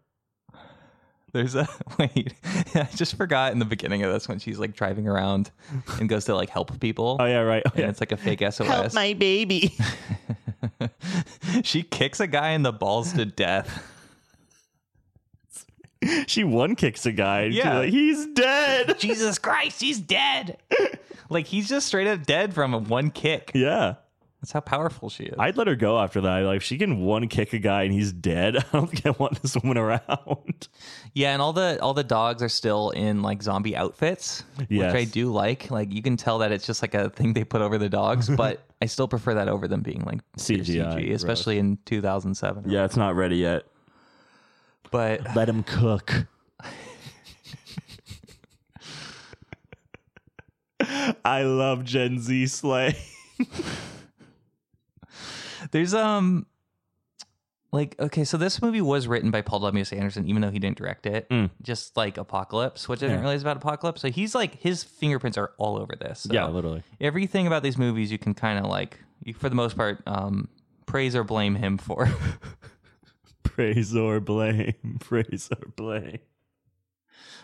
A: There's a wait. I just forgot in the beginning of this when she's like driving around and goes to like help people.
B: Oh yeah, right. Oh,
A: And
B: yeah.
A: it's like a fake SOS.
B: my baby.
A: she kicks a guy in the balls to death.
B: she one kicks a guy. and she's
A: Yeah.
B: like, he's dead.
A: Jesus Christ, he's dead. like he's just straight up dead from one kick.
B: Yeah,
A: That's how powerful she is.
B: I'd let her go after that. Like, if she can one kick a guy and he's dead. I don't think I want this woman around.
A: Yeah, and all the all the dogs are still in like zombie outfits,
B: Yes.
A: which I do like. Like you can tell that it's just like a thing they put over the dogs, but I still prefer that over them being like pure
B: CGI,
A: CG,
B: gross.
A: especially in 2007.
B: Yeah, it's not ready yet.
A: But
B: Let him cook. I love Gen Z slay.
A: there's um like okay, so this movie was written by Paul W. S. Anderson, even though he didn't direct it.
B: Mm.
A: Just like Apocalypse, which I didn't
B: Yeah.
A: realize about Apocalypse. So he's like his fingerprints are all over this. So
B: yeah, literally.
A: everything about these movies you can kind of like you, for the most part um, praise or blame him for.
B: Praise or blame. Praise or blame.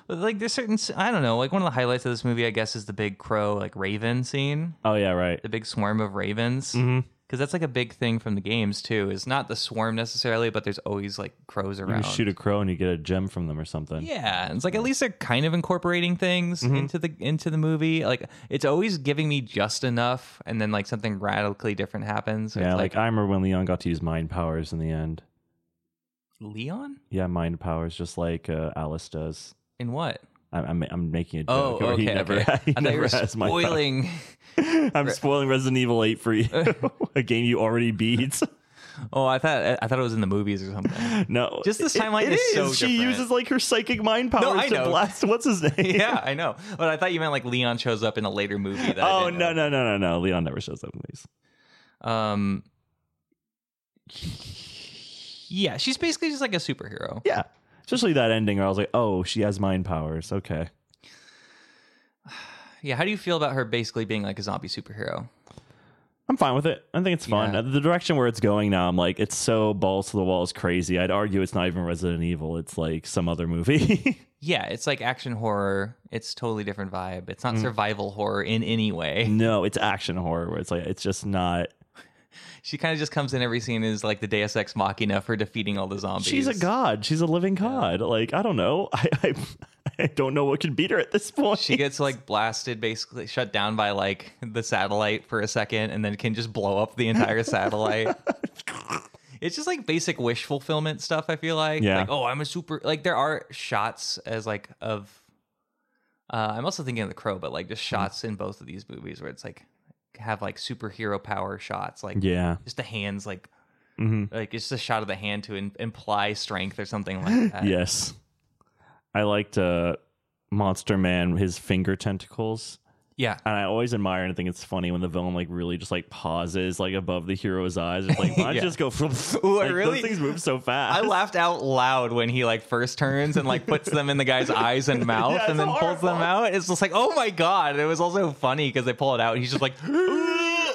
A: But, like there's certain s- I don't know like one of the highlights of this movie I guess is the big crow like raven scene,
B: Oh yeah, right.
A: the big swarm of ravens.
B: Mm-hmm.
A: Because that's like a big thing from the games too. Is not the swarm necessarily, but there's always like crows
B: You
A: around.
B: can shoot a crow and you get a gem from them or something.
A: Yeah, and it's like at least they're kind of incorporating things
B: Mm-hmm.
A: into the into the movie. Like it's always giving me just enough, and then like something radically different happens. It's
B: Yeah, like, I remember when Leon got to use mind powers in the end.
A: Leon
B: Yeah, mind powers, just like uh, Alice does.
A: in what?
B: I, I'm I'm making a
A: Oh,
B: joke. or
A: okay.
B: he never,
A: okay.
B: he
A: I thought you
B: never
A: were
B: has mind powers.
A: spoiling.
B: I'm spoiling Resident Evil 8 for you, a game you already beat.
A: Oh, I thought I thought it was in the movies or something.
B: No,
A: Just this timeline
B: It, it
A: is
B: is.
A: so
B: she
A: different.
B: uses like her psychic mind powers
A: I
B: to
A: know.
B: blast. What's his name?
A: yeah, I know, but I thought you meant like Leon shows up in a later movie. That I
B: Oh
A: didn't
B: no
A: know.
B: no no no no! Leon never shows up in these.
A: Um. Yeah, she's basically just like a superhero.
B: Yeah, especially that ending where I was like, oh, she has mind powers. Okay.
A: Yeah, how do you feel about her basically being like a zombie superhero?
B: I'm fine with it. I think it's fun.
A: Yeah.
B: Uh, The direction where it's going now, I'm like, it's so balls to the wall is crazy. I'd argue it's not even Resident Evil. It's like some other movie.
A: Yeah, it's like action horror. It's totally different vibe. It's
B: Mm.
A: not survival horror in any way.
B: no, it's action horror where it's like it's just not.
A: She kind of just comes in every scene and is like the Deus Ex Machina for defeating all the zombies.
B: She's a god. She's a living god. Like I don't know. I, I I don't know what could beat her at this point.
A: She gets like blasted, basically shut down by like the satellite for a second, and then can just blow up the entire satellite. it's just like basic wish fulfillment stuff. I feel like,
B: Yeah.
A: like oh, I'm a super. Like there are shots as like of. Uh, I'm also thinking of the crow, but like just
B: Mm-hmm.
A: shots in both of these movies where it's like have like superhero power shots, like
B: yeah.
A: just the hands, like
B: hmm
A: like it's just a shot of the hand to in- imply strength or something like that.
B: Yes. I liked uh, Monster Man. His finger tentacles.
A: yeah.
B: And I always admire and think it's funny when the villain like really just like pauses like above the hero's eyes. It's like, why don't
A: Yeah.
B: you just go from
A: Ooh, I
B: like,
A: really-
B: those things move so fast.
A: I laughed out loud when he like first turns and like puts them in the guy's eyes and mouth
B: Yeah,
A: and
B: it's
A: then pulls them
B: horrible.
A: out. It's just like, oh my god! It was also funny because they pull it out and he's just like,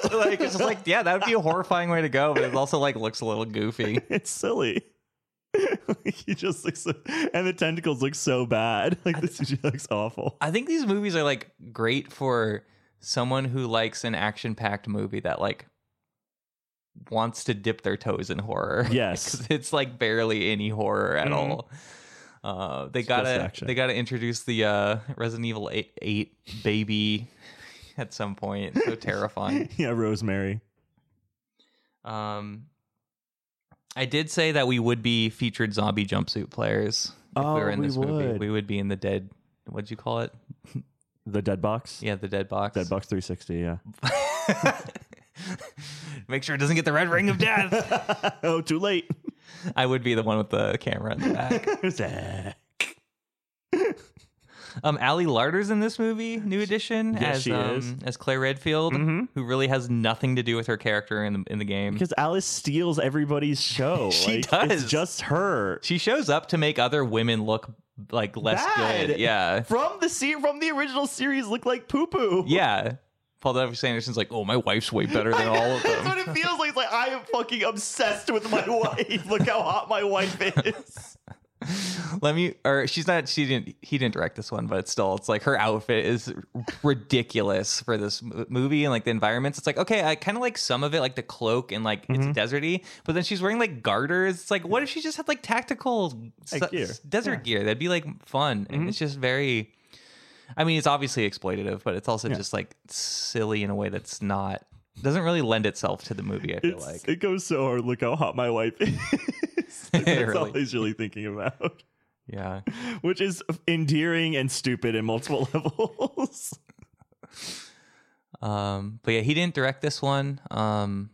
A: like it's just like, yeah, that would be a horrifying way to go, but it also like looks a little goofy.
B: It's silly. he just looks and the tentacles look so bad. Like the CG looks awful.
A: I think these movies are like great for someone who likes an action-packed movie that like wants to dip their toes in horror.
B: Yes.
A: 'Cause it's like barely any horror at
B: Mhm.
A: all. Uh, they
B: just
A: gotta
B: action.
A: they gotta introduce the uh, Resident Evil 8, 8 baby at some point. It's so terrifying.
B: yeah, Rosemary.
A: Um, I did say that we would be featured zombie jumpsuit players if
B: Oh,
A: we were in
B: we
A: this movie.
B: would.
A: We would be in the dead. What'd you call it?
B: The dead box.
A: Yeah, the dead box.
B: Dead box 360, yeah.
A: Make sure it doesn't get the red ring of death.
B: oh, too late.
A: I would be the one with the camera in the back.
B: Zach.
A: Um, Allie Larder's in this movie, New Edition,
B: Yes,
A: as
B: she
A: um,
B: is.
A: as Claire Redfield, who really has nothing to do with her character in the in the game.
B: Because Alice steals everybody's show.
A: She
B: like,
A: does.
B: It's just her.
A: She shows up to make other women look like less
B: Bad.
A: good. Yeah,
B: From the se- from the original series look like poo poo.
A: yeah. Paul W. Sanderson's like, oh, my wife's way better than all of
B: That's
A: them.
B: what it feels like. It's like I am fucking obsessed with my wife. Look how hot my wife is.
A: Let me, or she's not. She didn't. He didn't direct this one, but it's still, it's like her outfit is ridiculous for this mo- movie and like the environments. It's like okay, I kind of like some of it, like the cloak and like
B: Mm-hmm.
A: it's deserty, but then she's wearing like garters. It's like what if she just had like tactical
B: Like
A: s-
B: gear. Mm-hmm.
A: s- desert gear? That'd be like fun, and it's just very. I mean, it's obviously exploitative, but it's also just like silly in a way that's not doesn't really lend itself to the movie. I feel
B: It's-
A: like
B: it goes so hard. Look how hot my wife is. That's all
A: Really.
B: he's really thinking about,
A: yeah.
B: which is endearing and stupid in multiple levels.
A: Um, but yeah, he didn't direct this one. Um,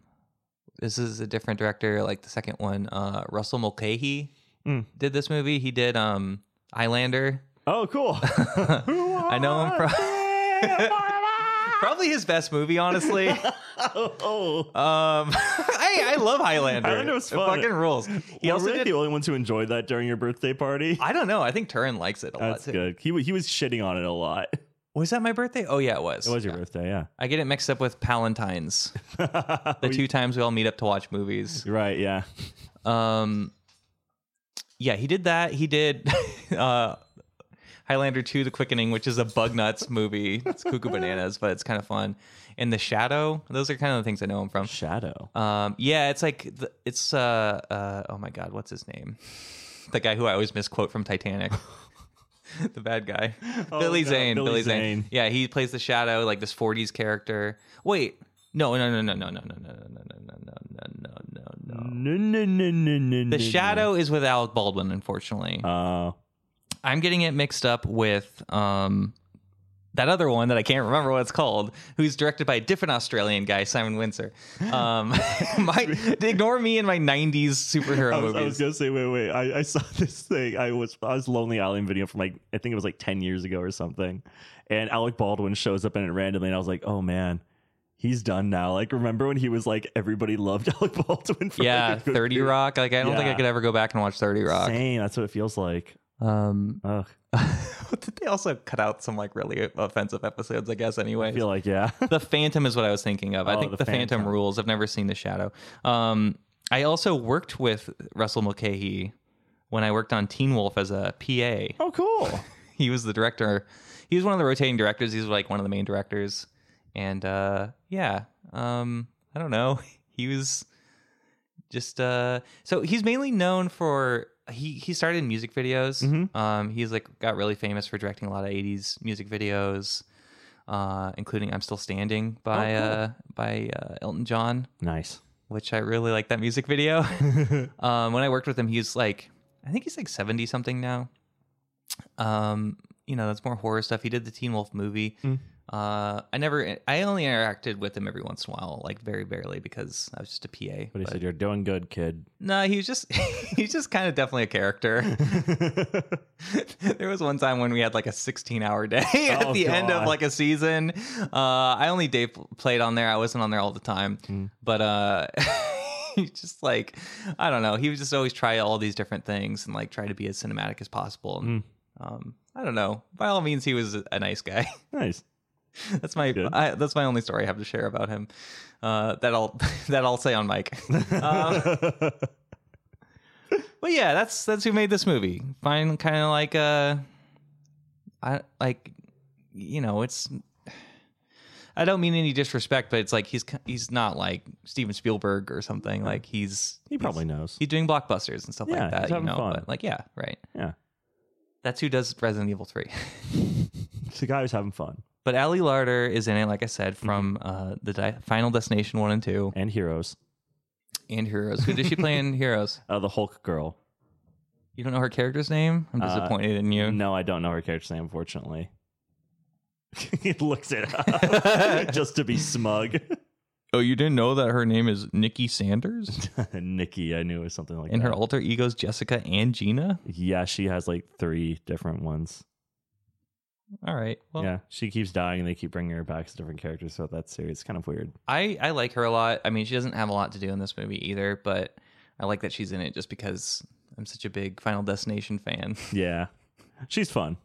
A: this is a different director, like the second one. Uh, Russell Mulcahy
B: Mm.
A: did this movie. He did um, Islander.
B: Oh, cool.
A: I know him from probably his best movie, honestly. um,
B: oh, oh.
A: I I love Highlander.
B: Highlander was
A: It
B: fun.
A: fucking rules. He
B: We're
A: also
B: really
A: did.
B: the only ones who enjoyed that during your birthday party.
A: I don't know. I think Turin likes it a lot
B: That's
A: too.
B: good. He wa- he was shitting on it a lot.
A: Was that my birthday? Oh yeah, it was.
B: It was your
A: Yeah.
B: birthday, yeah.
A: I get it mixed up with Palentine's. The
B: the
A: two times we all meet up to watch movies.
B: right, yeah.
A: Um, yeah, he did that. He did uh, Highlander 2 The Quickening, which is a bug nuts movie. It's cuckoo bananas, but it's kind of fun. And The Shadow. Those are kind of the things I know him from.
B: Shadow.
A: Um, yeah, it's like, the, it's, uh, uh, oh my God, what's his name? The guy who I always misquote from Titanic. the bad guy. Billy
B: Oh, God,
A: Zane.
B: Billy
A: Billy Zane.
B: Zane.
A: Yeah, he plays The Shadow, like this 40s character. Wait. No, no, no, no, no, no, no, no, no, no, no, no, no, no, no, no.
B: No, no, no, no, no, no,
A: The Shadow is with Alec Baldwin, unfortunately.
B: no. Uh,
A: I'm getting it mixed up with um, that other one that I can't remember what it's called, who's directed by a different Australian guy, Simon Windsor. Um, my, ignore me and my 90s superhero
B: I was, I
A: movies.
B: was gonna say, wait, wait. I, I saw this thing. I was I was Lonely Island video from like I think it was like ten years ago or something, and Alec Baldwin shows up in it randomly, and I was like, oh man, he's done now. Like remember when he was like everybody loved Alec Baldwin? For
A: yeah,
B: like, a good
A: 30
B: period?
A: Rock. Like, I don't think I
B: Yeah.
A: could ever go back and watch 30 Rock.
B: Same. That's what it feels like.
A: Um,
B: Ugh.
A: did they also cut out some, like, really offensive episodes, I guess, anyway?
B: I feel like yeah.
A: The Phantom is what I was thinking of. I
B: Oh,
A: think the,
B: The
A: Phantom.
B: Phantom.
A: rules. I've never seen The Shadow. Um, I also worked with Russell Mulcahy when I worked on Teen Wolf as a PA.
B: oh, cool.
A: He was the director. He was one of the rotating directors. He was like one of the main directors. And uh, yeah, um, I don't know. He was just uh, so he's mainly known for he he started in music videos.
B: Mm-hmm.
A: Um, he's like got really famous for directing a lot of '80s music videos. Uh, including "I'm Still Standing" by
B: Oh, cool.
A: uh, by uh, Elton John
B: Nice.
A: which I really like that music video. um, when I worked with him, he's like, I think he's like 70 something now. Um, you know, that's more horror stuff. He did the Teen Wolf movie.
B: Hmm.
A: Uh, I never, I only interacted with him every once in a while, like very barely because I was just a PA.
B: But he said, "You're doing good, kid."
A: No, he was just, he was just kind of definitely a character. there was one time when we had like a 16 hour day at
B: Oh,
A: the end of
B: God.
A: like a season. Uh, I only day played on there. I wasn't on there all the time,
B: Hmm.
A: but uh, he just like I don't know. He would just always try all these different things and like try to be as cinematic as possible. And,
B: Hmm.
A: um, I don't know. By all means, he was a- a nice guy.
B: nice.
A: that's my
B: good.
A: I, that's my only story I have to share about him. Uh, that I'll that I'll say on mic. Um,
B: Uh,
A: Well, yeah, that's that's who made this movie. Fine, kind of like uh, I like, you know, it's. I don't mean any disrespect, but it's like he's ki- he's not like Steven Spielberg or something. Like he's
B: he probably knows.
A: he's doing blockbusters and stuff like
B: Yeah, he's
A: that. you
B: having
A: know,
B: fun.
A: but like yeah, right.
B: yeah.
A: That's who does Resident Evil Three.
B: The guy was having fun
A: but Ali Larder is in it, like I said,
B: Mm-hmm.
A: from uh, the di- Final Destination One and Two
B: and heroes.
A: and Heroes. Who does she play in Heroes?
B: Uh, the Hulk girl.
A: You don't know her character's name? I'm
B: Uh,
A: disappointed in you.
B: No, I don't know her character's name, unfortunately. he looks it up just to be smug.
A: Oh, you didn't know that her name is Nikki Sanders?
B: Nikki, I knew it was something like
A: And
B: that.
A: her alter egos Jessica and Gina?
B: yeah, she has like three different ones.
A: All right. Well,
B: yeah, she keeps dying, and they keep bringing her back as different characters throughout that series. It's kind of weird.
A: I, I like her a lot. I mean, she doesn't have a lot to do in this movie either, but I like that she's in it just because I'm such a big Final Destination fan.
B: Yeah, she's fun.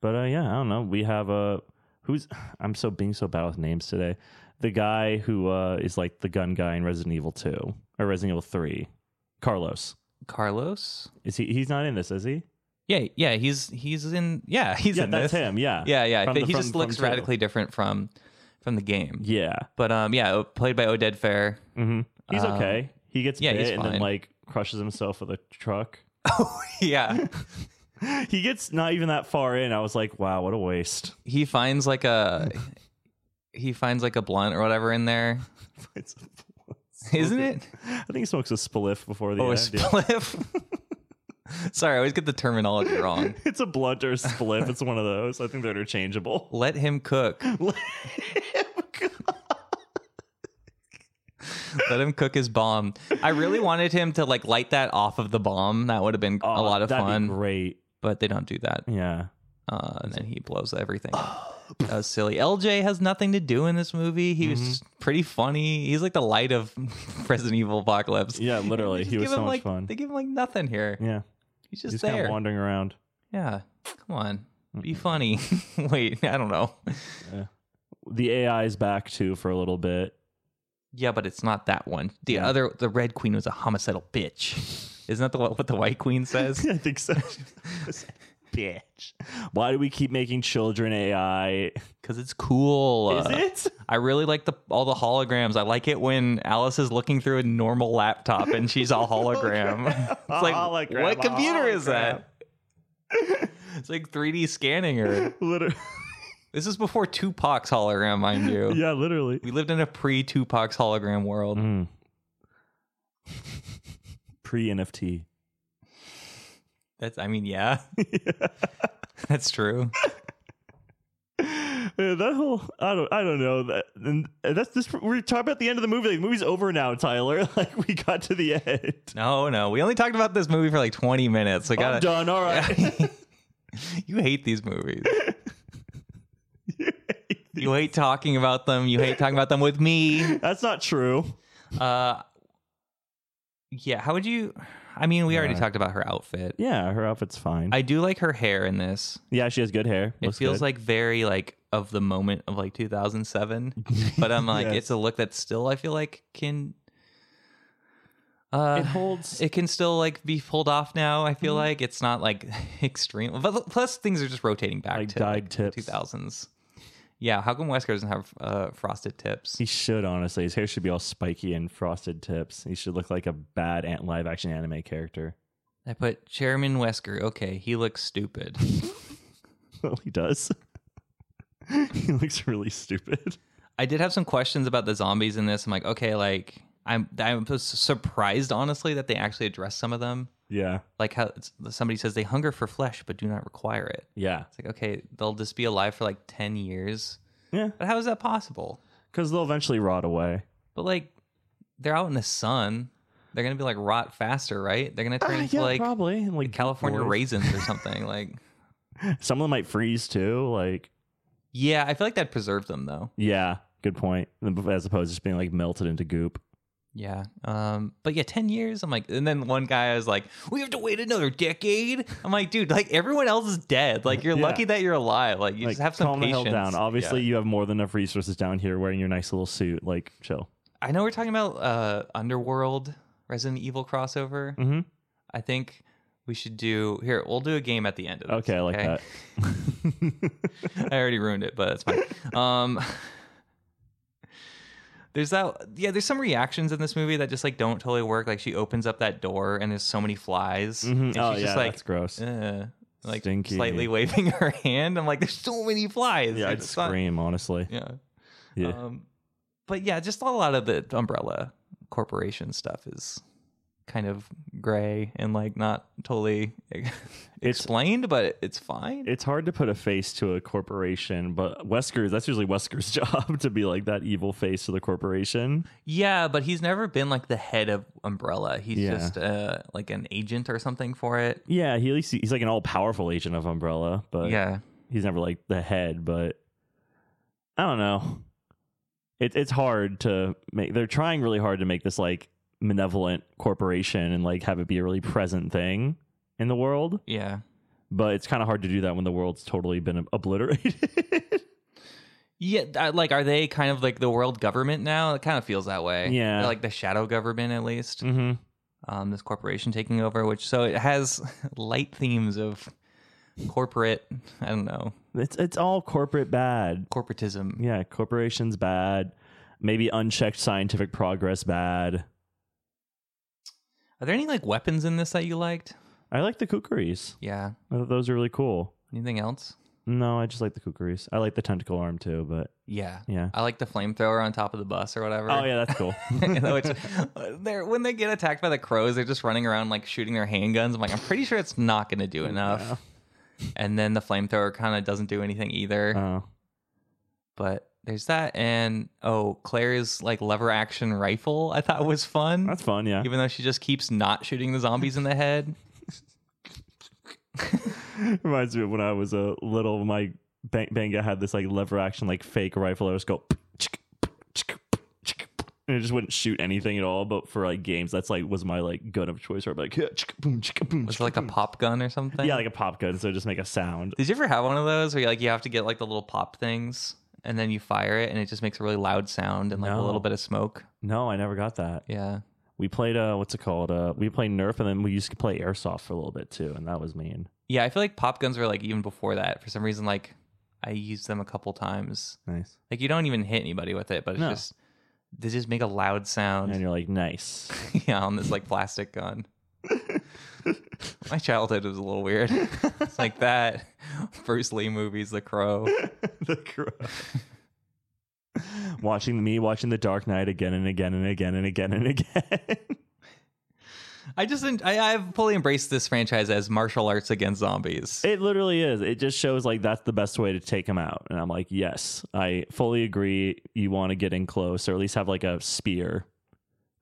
B: But uh, yeah, I don't know. We have uh, who's I'm so being so bad with names today. The guy who uh, is like the gun guy in Resident Evil Two or Resident Evil Three, Carlos.
A: Carlos?
B: Is he? He's not in this, is he?
A: Yeah, yeah, he's he's in yeah, he's
B: yeah,
A: in
B: that's
A: this.
B: him. Yeah,
A: Yeah, yeah.
B: From
A: but
B: the-
A: he
B: from-
A: just
B: from
A: looks
B: Turtle.
A: radically different from from the game.
B: yeah.
A: But um yeah, played by Oded Fair.
B: hmm He's okay. He gets
A: Uh, yeah,
B: bit
A: he's
B: and
A: fine.
B: then like crushes himself with a truck.
A: yeah.
B: He gets not even that far in. I was like, wow, what a waste.
A: he finds like a he finds like a blunt or whatever in there,
B: It's-
A: isn't it?
B: I think he smokes a spliff before the
A: Oh, a
B: end. yeah.
A: spliff. Sorry, I always get the terminology wrong.
B: It's a blunt or a spliff. It's one of those. I think they're interchangeable.
A: Let him cook. Let him cook his bomb. I really wanted him to like light that off of the bomb. That would have been a lot of
B: Oh, that'd be
A: fun,
B: great.
A: but they don't do that.
B: Yeah.
A: Uh, and then he blows everything. up. That was silly. LJ has nothing to do in this movie. He was
B: Mm-hmm.
A: just pretty funny. He's like the light of Resident Evil Apocalypse.
B: Yeah, literally.
A: They
B: He
A: just
B: was
A: give
B: so
A: him,
B: much
A: like,
B: fun.
A: They give him like nothing here.
B: Yeah.
A: He's just
B: He's kind
A: there.
B: of wandering around.
A: yeah. Come on. Be funny. Wait, I don't know.
B: The AI is back too for a little bit.
A: Yeah, but it's not that one. The
B: Yeah.
A: other, the red queen was a homicidal bitch. Isn't that the, what the white queen says?
B: I think so. Bitch. Why do we keep making children AI?
A: Because it's cool. Uh,
B: is it?
A: I really like the all the holograms. I like it when Alice is looking through a normal laptop and she's a hologram. it's like
B: hologram,
A: what
B: a
A: computer is that? it's like 3D scanning her.
B: Literally.
A: This is before Tupac's hologram, mind you.
B: Yeah, literally.
A: We lived in a pre Tupac's hologram world.
B: Mm. Pre NFT.
A: That's I mean, yeah. That's true.
B: Yeah, that whole I don't I don't know that and that's this we're talking about the end of the movie. Like, the movie's over now, Tyler. Like we got to the end.
A: No, no. We only talked about this movie for like 20 minutes. I
B: I'm
A: got
B: done. All right.
A: You hate these movies. you hate talking about them. You hate talking about them with me.
B: That's not true.
A: Uh, yeah. How would you? I mean, we already
B: Uh,
A: talked about her outfit.
B: Yeah, her outfit's fine.
A: I do like her hair in this.
B: yeah, she has good hair.
A: It feels like very like of the moment of like 2007, but I'm like,
B: Yes.
A: it's a look that still I feel like can. Uh,
B: it holds.
A: it can still like be pulled off now. I
B: Mm-hmm.
A: feel like it's not like extreme. But plus, things are just rotating back
B: Like
A: to
B: dyed tips.
A: two thousands. Yeah, how come Wesker doesn't have uh, frosted tips?
B: He should honestly. His hair should be all spiky and frosted tips. He should look like a bad ant live action anime character.
A: I put Chairman Wesker. Okay, he looks stupid.
B: Well, he does. he looks really stupid.
A: I did have some questions about the zombies in this. I'm like, okay, like I'm I was surprised honestly that they actually addressed some of them.
B: Yeah.
A: Like how it's, somebody says they hunger for flesh but do not require it.
B: Yeah.
A: It's like okay, they'll just be alive for like ten years.
B: Yeah.
A: But how is that possible?
B: Because they'll eventually rot away.
A: But like they're out in the sun. They're gonna be like rot faster, right? They're gonna turn into like
B: Ah, probably. Like
A: California
B: dwarves.
A: raisins or something. like
B: Some of them might freeze too. Like,
A: yeah, I feel like that preserved them though.
B: yeah, good point. As opposed to just being like melted into goop.
A: Yeah. Um, but yeah, 10 years. I'm like, and then one guy is like, we have to wait another decade. I'm like, dude, like everyone else is dead. Like, you're
B: Yeah.
A: lucky that you're alive. Like, you
B: like,
A: just have some
B: calm
A: patience.
B: the hell down. Obviously,
A: Yeah.
B: you have more than enough resources down here wearing your nice little suit. Like, chill.
A: I know we're talking about uh, Underworld Resident Evil crossover.
B: Mm-hmm.
A: I think we should do here. We'll do a game at the end of this.
B: Okay, I like that.
A: Mm-hmm. I already ruined it, but that's fine. Um, there's that. Yeah, there's some reactions in this movie that just like don't totally work. Like she opens up that door and there's so many flies.
B: Mhm.
A: And
B: Oh,
A: she's
B: yeah,
A: just like,
B: that's gross.
A: uh, like
B: Stinky.
A: slightly waving her hand. I'm like, there's so many flies.
B: yeah,
A: Like,
B: I'd
A: it's not-
B: scream, honestly.
A: yeah.
B: Yeah.
A: Um, but yeah, just a lot of the umbrella corporation stuff is kind of gray and like not totally explained, but it's fine.
B: it's hard to put a face to a corporation, but Wesker, that's usually Wesker's job to be like that evil face to the corporation.
A: yeah, but he's never been like the head of Umbrella. He's
B: Yeah.
A: just uh, like an agent or something for it.
B: Yeah, he at least he's like an all powerful agent of Umbrella, but
A: yeah.
B: he's never like the head, but I don't know. It, it's hard to make they're trying really hard to make this like benevolent corporation and like have it be a really present thing in the world,
A: Yeah.
B: but it's kind of hard to do that when the world's totally been obliterated.
A: Yeah, I- like are they kind of like the world government now? It kind of feels that way.
B: Yeah.
A: They're like the shadow government at least.
B: mm-hmm.
A: um, this corporation taking over, which so it has light themes of corporate, I don't know,
B: It's it's all corporate bad.
A: corporatism.
B: Yeah, corporations bad. Maybe unchecked scientific progress bad.
A: Are there any like weapons in this that you liked?
B: I like the kookaries.
A: Yeah.
B: I thought those are really cool.
A: Anything else?
B: No, I just like the kookaries. I like the tentacle arm too, but
A: Yeah.
B: yeah.
A: I like the flamethrower on top of the bus or whatever.
B: Oh yeah, that's cool.
A: Which, uh, they're, when they get attacked by the crows, they're just running around like shooting their handguns. I'm like, I'm pretty sure it's not going to do enough. And then the flamethrower kind of doesn't do anything either.
B: Oh.
A: but there's that. And oh, Claire's like lever action rifle I thought was fun.
B: That's fun, yeah.
A: even though she just keeps not shooting the zombies in the head.
B: Reminds me of when I was a little my Bang- Banga had this like lever action like fake rifle that would just go and it just wouldn't shoot anything at all. But for like games, that's like was my like gun of choice. Or like
A: Was it like a pop gun or something?
B: yeah, like a pop gun. So just make a sound.
A: Did you ever have one of those where you like you have to get like the little pop things and then you fire it and it just makes a really loud sound and like a
B: No.
A: little bit of smoke?
B: No, I never got that.
A: Yeah.
B: We played uh, what's it called? Uh, we played Nerf, and then we used to play airsoft for a little bit too, and that was mean.
A: Yeah, I feel like pop guns were like even before that. For some reason, like I used them a couple times.
B: Nice.
A: Like you don't even hit anybody with it, but it's
B: No.
A: just they just make a loud
B: And
A: sound.
B: you're like, nice.
A: yeah, on this like plastic gun. My childhood was a little weird. it's like that. Bruce Lee movies, The Crow.
B: the crow. watching me watching The Dark Knight again and again and again and again and again.
A: I just I, I've fully embraced this franchise as martial arts against zombies.
B: it literally is. It just shows like that's the best way to take him out. And I'm like, yes, I fully agree. You want to get in close, or at least have like a spear.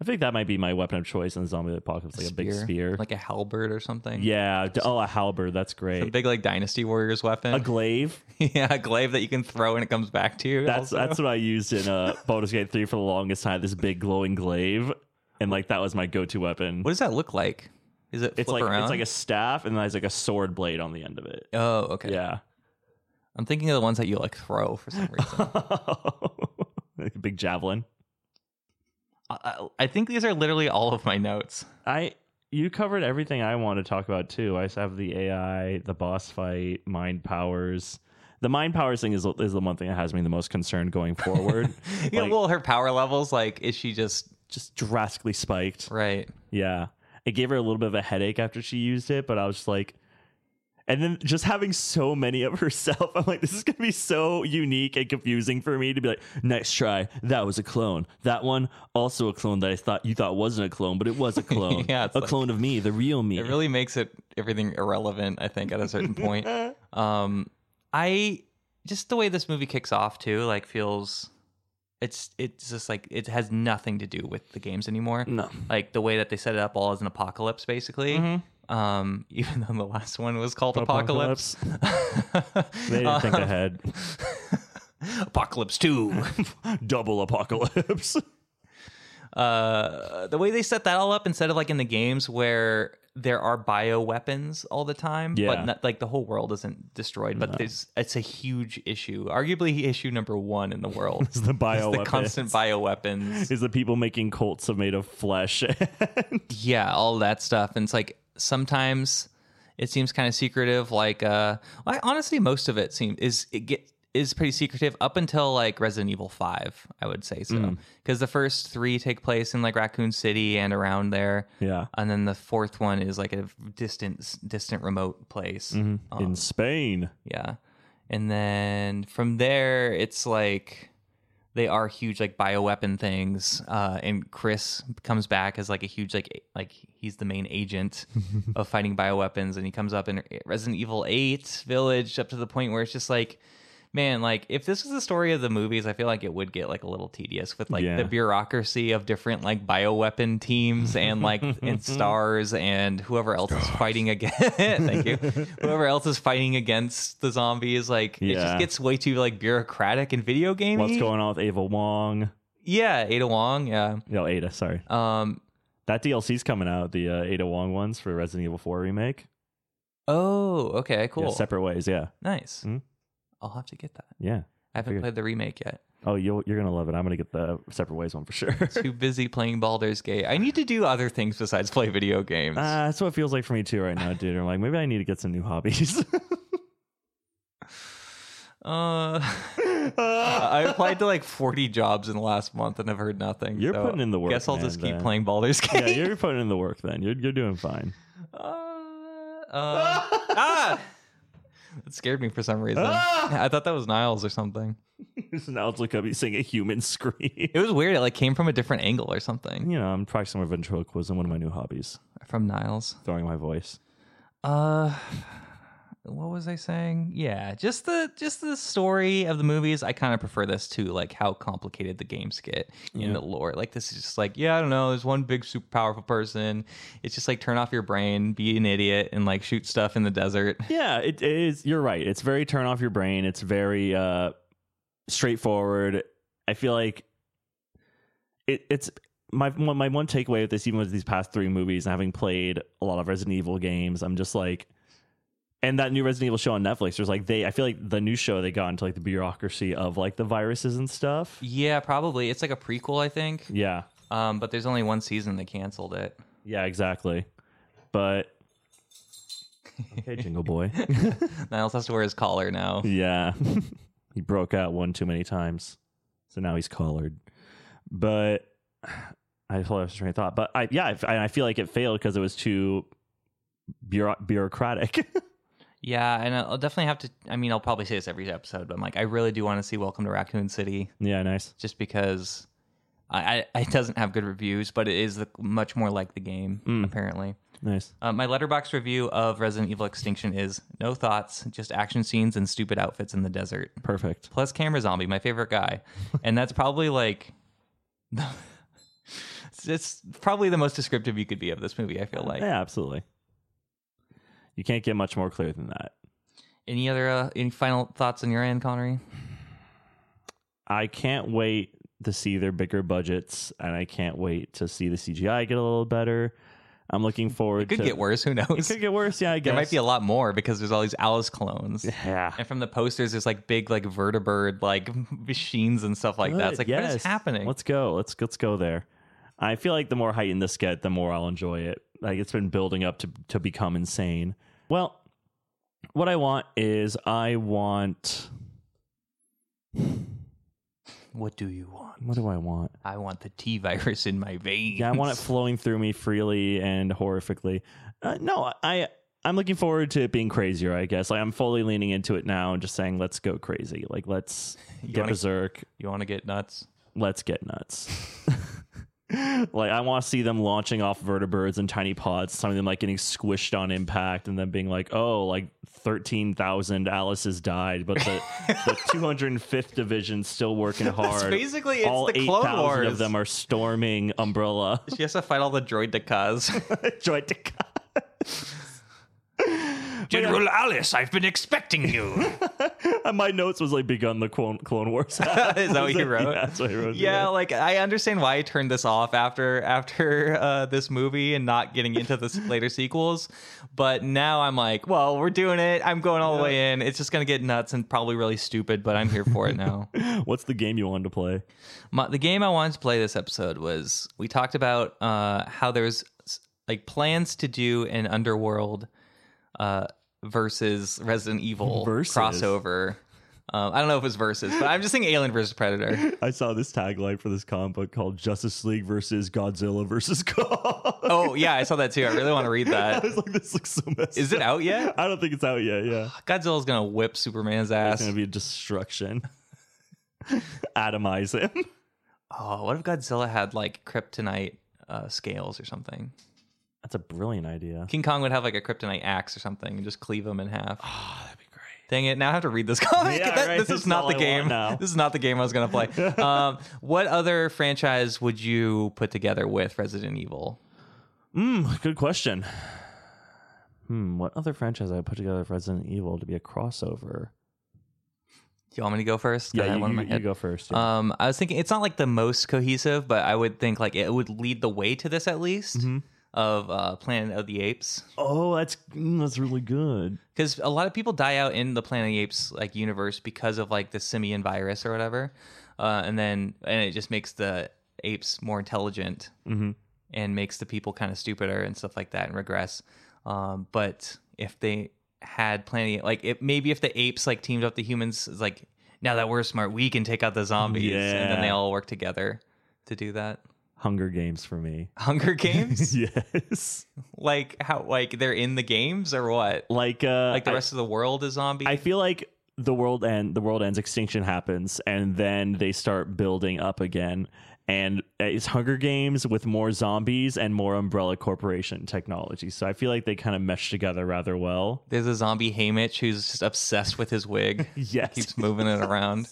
B: I think that might be my weapon of choice in the zombie apocalypse, like a, big spear.
A: like a halberd or something.
B: yeah. d- Oh, a halberd. That's
A: a
B: great.
A: big like Dynasty Warriors weapon.
B: A glaive.
A: yeah, a glaive that you can throw and it comes back to you.
B: That's
A: also.
B: that's what I used in uh, Baldur's Gate three for the longest time. This big glowing glaive, and like that was my go to weapon.
A: What does that look like? Is it flip
B: It's like
A: around?
B: it's like a staff, and there's like a sword blade on the end of it.
A: a oh okay.
B: Yeah,
A: I'm thinking of the ones that you like throw for some reason.
B: like a big javelin.
A: I- I, I think these are literally all of my notes.
B: I you covered everything I want to talk about too. I have the AI, the boss fight, mind powers. The mind powers thing is is the one thing that has me the most concerned going forward.
A: yeah,
B: Like,
A: well, her power levels like is she just
B: just drastically spiked.
A: right?
B: Yeah. It gave her a little bit of a headache after she used it, but I was just like, and then just having so many of herself, I'm like, this is going to be so unique and confusing for me to be like, next try, that was a clone. That one, also a clone that I thought you thought wasn't a clone, but it was a clone.
A: Yeah, it's
B: a
A: like-
B: clone of me, the real me.
A: It really makes it everything irrelevant. I think at a certain point. Um, I just the way this movie kicks off too, like feels it's it's just like it has nothing to do with the games anymore.
B: no.
A: Like the way that they set it up all as an apocalypse, basically.
B: Mm-hmm.
A: Um, even though the last one was called Apocalypse.
B: They didn't think
A: Uh,
B: ahead.
A: apocalypse Two.
B: Double apocalypse.
A: uh, the way they set that all up instead of like in the games where there are bio weapons all the time
B: Yeah.
A: but not, like the whole world isn't destroyed but there's it's a huge issue arguably issue number one in the world
B: is the bio
A: the constant bio weapons
B: is the people making cults of made of flesh.
A: yeah all that stuff and it's like sometimes it seems kind of secretive like uh I, honestly most of it seems is it get is pretty secretive up until like Resident Evil 5 I would say so because the first 3 take place in like Raccoon City and around there
B: yeah.
A: and then the fourth one is like a distant distant remote place Oh.
B: In Spain.
A: yeah and then from there it's like they are huge like bioweapon things uh and chris comes back as like a huge like a- like he's the main agent of fighting bioweapons and he comes up in resident evil 8 village up to the point where it's just like man like if this was the story of the movies i feel like it would get like a little tedious with like
B: Yeah.
A: the bureaucracy of different like bioweapon teams and like and stars and whoever else is fighting against thank you whoever else is fighting against the zombies like it just
B: Yeah.
A: gets way too like bureaucratic and video game
B: What's going on with Ava Wong?
A: yeah ada wong yeah
B: No, Ada, sorry.
A: um
B: That DLC's coming out, the uh, Ada Wong ones for Resident Evil 4 remake.
A: oh okay cool
B: Yeah, separate ways, yeah.
A: nice
B: Mhm.
A: i'll have to get that
B: Yeah.
A: i haven't
B: Figured-
A: played the remake yet
B: Oh, you'll, you're going to love it. I'm going to get the separate ways one for sure.
A: too busy playing Baldur's Gate. I need to do other things besides play video games.
B: Ah, that's what it feels like for me too right now, dude. I'm like, maybe I need to get some new hobbies.
A: Uh, I applied to like 40 jobs in the last month and I've heard nothing.
B: You're
A: so
B: putting in the work,
A: Guess I'll just
B: man,
A: keep
B: then.
A: playing Baldur's
B: yeah,
A: Gate.
B: you're putting in the work then. You're, you're doing fine.
A: Uh, uh, ah! It scared me for some reason.
B: Ah!
A: I thought that was Niles or something.
B: now it's like you seeing a human scream.
A: It was weird. It like came from a different angle or something
B: You know, I'm practicing my ventriloquism, one of my new hobbies,
A: from Niles.
B: throwing my voice.
A: Uh, what was I saying? Yeah, just the just the story of the movies. I kind of prefer this to like how complicated the games get in
B: Yeah.
A: the lore. Like this is just like yeah, I don't know. There's one big super powerful person. It's just like turn off your brain, be an idiot, and like shoot stuff in the desert.
B: Yeah, it is. You're right. It's very turn off your brain. It's very uh, straightforward. I feel like it, it's my one- my one takeaway with this, even with these past three movies, and having played a lot of Resident Evil games, I'm just like, and that new Resident Evil show on Netflix, there's like they. I feel like the new show they got into like the bureaucracy of like the viruses and stuff.
A: Yeah, probably. It's like a prequel, I think.
B: Yeah,
A: Um, but there's only one season. They canceled it.
B: yeah, exactly. But okay, Jingle Boy.
A: Niles has to wear his collar now.
B: Yeah. he broke out one too many times. So now he's collared. But I lost my train of thought. But I, yeah, I, I feel like it failed because it was too bureau- bureaucratic.
A: Yeah, and I'll definitely have to. I mean, I'll probably say this every episode, but I'm like, I really do want to see Welcome to Raccoon City.
B: yeah, nice.
A: just because I, I it doesn't have good reviews, but it is the, much more like the game
B: Mm.
A: apparently.
B: Nice.
A: Uh, my letterbox review of Resident Evil Extinction is no thoughts, just action scenes and stupid outfits in the desert.
B: Perfect.
A: Plus camera zombie, my favorite guy, and that's probably like. it's- It's probably the most descriptive you could be of this movie. I feel like.
B: yeah, absolutely. You can't get much more clear than that.
A: Any other uh, any final thoughts on your end, Connery?
B: I can't wait to see their bigger budgets, and I can't wait to see the CGI get a little better. I'm looking forward
A: It could
B: to
A: get worse. Who knows?
B: It could get worse. Yeah, I guess
A: there might be a lot more because there's all these Alice clones.
B: yeah.
A: And from the posters, there's like big like vertibird like machines and stuff like that. It's
B: Good,
A: like what is
B: yes.
A: happening?
B: Let's go. Let's let's go there. I feel like the more heightened this get, the more I'll enjoy it. Like it's been building up to to become insane. Well, what I want is I want
A: what do you want?
B: what do I want?
A: I want the T virus in my veins.
B: Yeah, I want it flowing through me freely and horrifically. Uh, no, I I'm looking forward to it being crazier. I guess like, I'm fully leaning into it now and just saying let's go crazy. Like let's get
A: wanna-
B: berserk.
A: You want to get nuts?
B: let's get nuts. like I want to see them launching off vertebrates and tiny pods, some of them like getting squished on impact and then being like, "Oh, like 13,000 Alice's died, but the, the 205th division's still working hard."
A: basically- it's
B: all
A: the Clone
B: 8,000
A: Wars.
B: of them are storming Umbrella.
A: She has to fight all the droid dekas.
B: Joy to God.
A: General Alice, I've been expecting you.
B: And My notes was like begun the Clone, Clone Wars. is that
A: is that what you wrote?
B: Yeah, that's what I wrote.
A: Yeah, like I understand why I turned this off after after uh, this movie and not getting into the later sequels, but now I'm like, well, we're doing it. I'm going all the way in. It's just gonna get nuts and probably really stupid, but I'm here for it now.
B: What's the game you wanted to play?
A: My, the game I wanted to play this episode was we talked about uh, how there's like plans to do an underworld uh, versus Resident Evil
B: Versus.
A: crossover. Um, I don't know if it's versus, but I'm just thinking Alien versus Predator.
B: I saw this tagline for this comic book called Justice League versus Godzilla versus Kong.
A: Oh yeah, I saw that too. I really want to read
B: I
A: that.
B: was like, this looks so messed
A: Is it
B: up.
A: out yet?
B: I don't think it's out yet. Yeah.
A: Godzilla's gonna whip Superman's
B: It's
A: ass.
B: going to be destruction. Atomize him.
A: oh, what if Godzilla had like kryptonite uh, scales or something?
B: That's a brilliant idea.
A: King Kong would have like a kryptonite axe or something and just cleave him in half.
B: Oh, that'd be great.
A: Dang it! Now I have to read this comic.
B: Yeah, right.
A: This
B: That's
A: is not
B: all
A: the
B: I
A: game.
B: want now.
A: This is not the game I was gonna play. um, what other franchise would you put together with Resident Evil?
B: Mm, good question. Hmm, what other franchise I would put together for Resident Evil to be a crossover?
A: Do you want me to go first? 'Cause I
B: Yeah,
A: had
B: you,
A: one in
B: you,
A: my
B: you
A: head.
B: go first. yeah.
A: Um, I was thinking it's not like the most cohesive, but I would think like it would lead the way to this at least
B: Mhm.
A: of uh, Planet of the Apes.
B: oh, that's mm, that's really good.
A: because a lot of people die out in the Planet of the Apes like universe because of like the simian virus or whatever, uh, and then and it just makes the apes more intelligent
B: Mhm.
A: and makes the people kind of stupider and stuff like that and regress. Um, but if they had Planet like it, maybe if the apes like teamed up the humans it's like now that we're smart we can take out the zombies and then
B: Yeah.
A: they all work together to do that.
B: Hunger Games for me.
A: Hunger Games
B: yes.
A: like how like they're in the games or what?
B: Like uh
A: Like the
B: I-
A: rest of the world is zombies.
B: I feel like the world end the world ends extinction happens and then they start building up again and it's Hunger Games with more zombies and more Umbrella Corporation technology. So I feel like they kind of mesh together rather well.
A: There's a zombie Haymitch who's just obsessed with his wig.
B: Yes,
A: Keeps moving it around.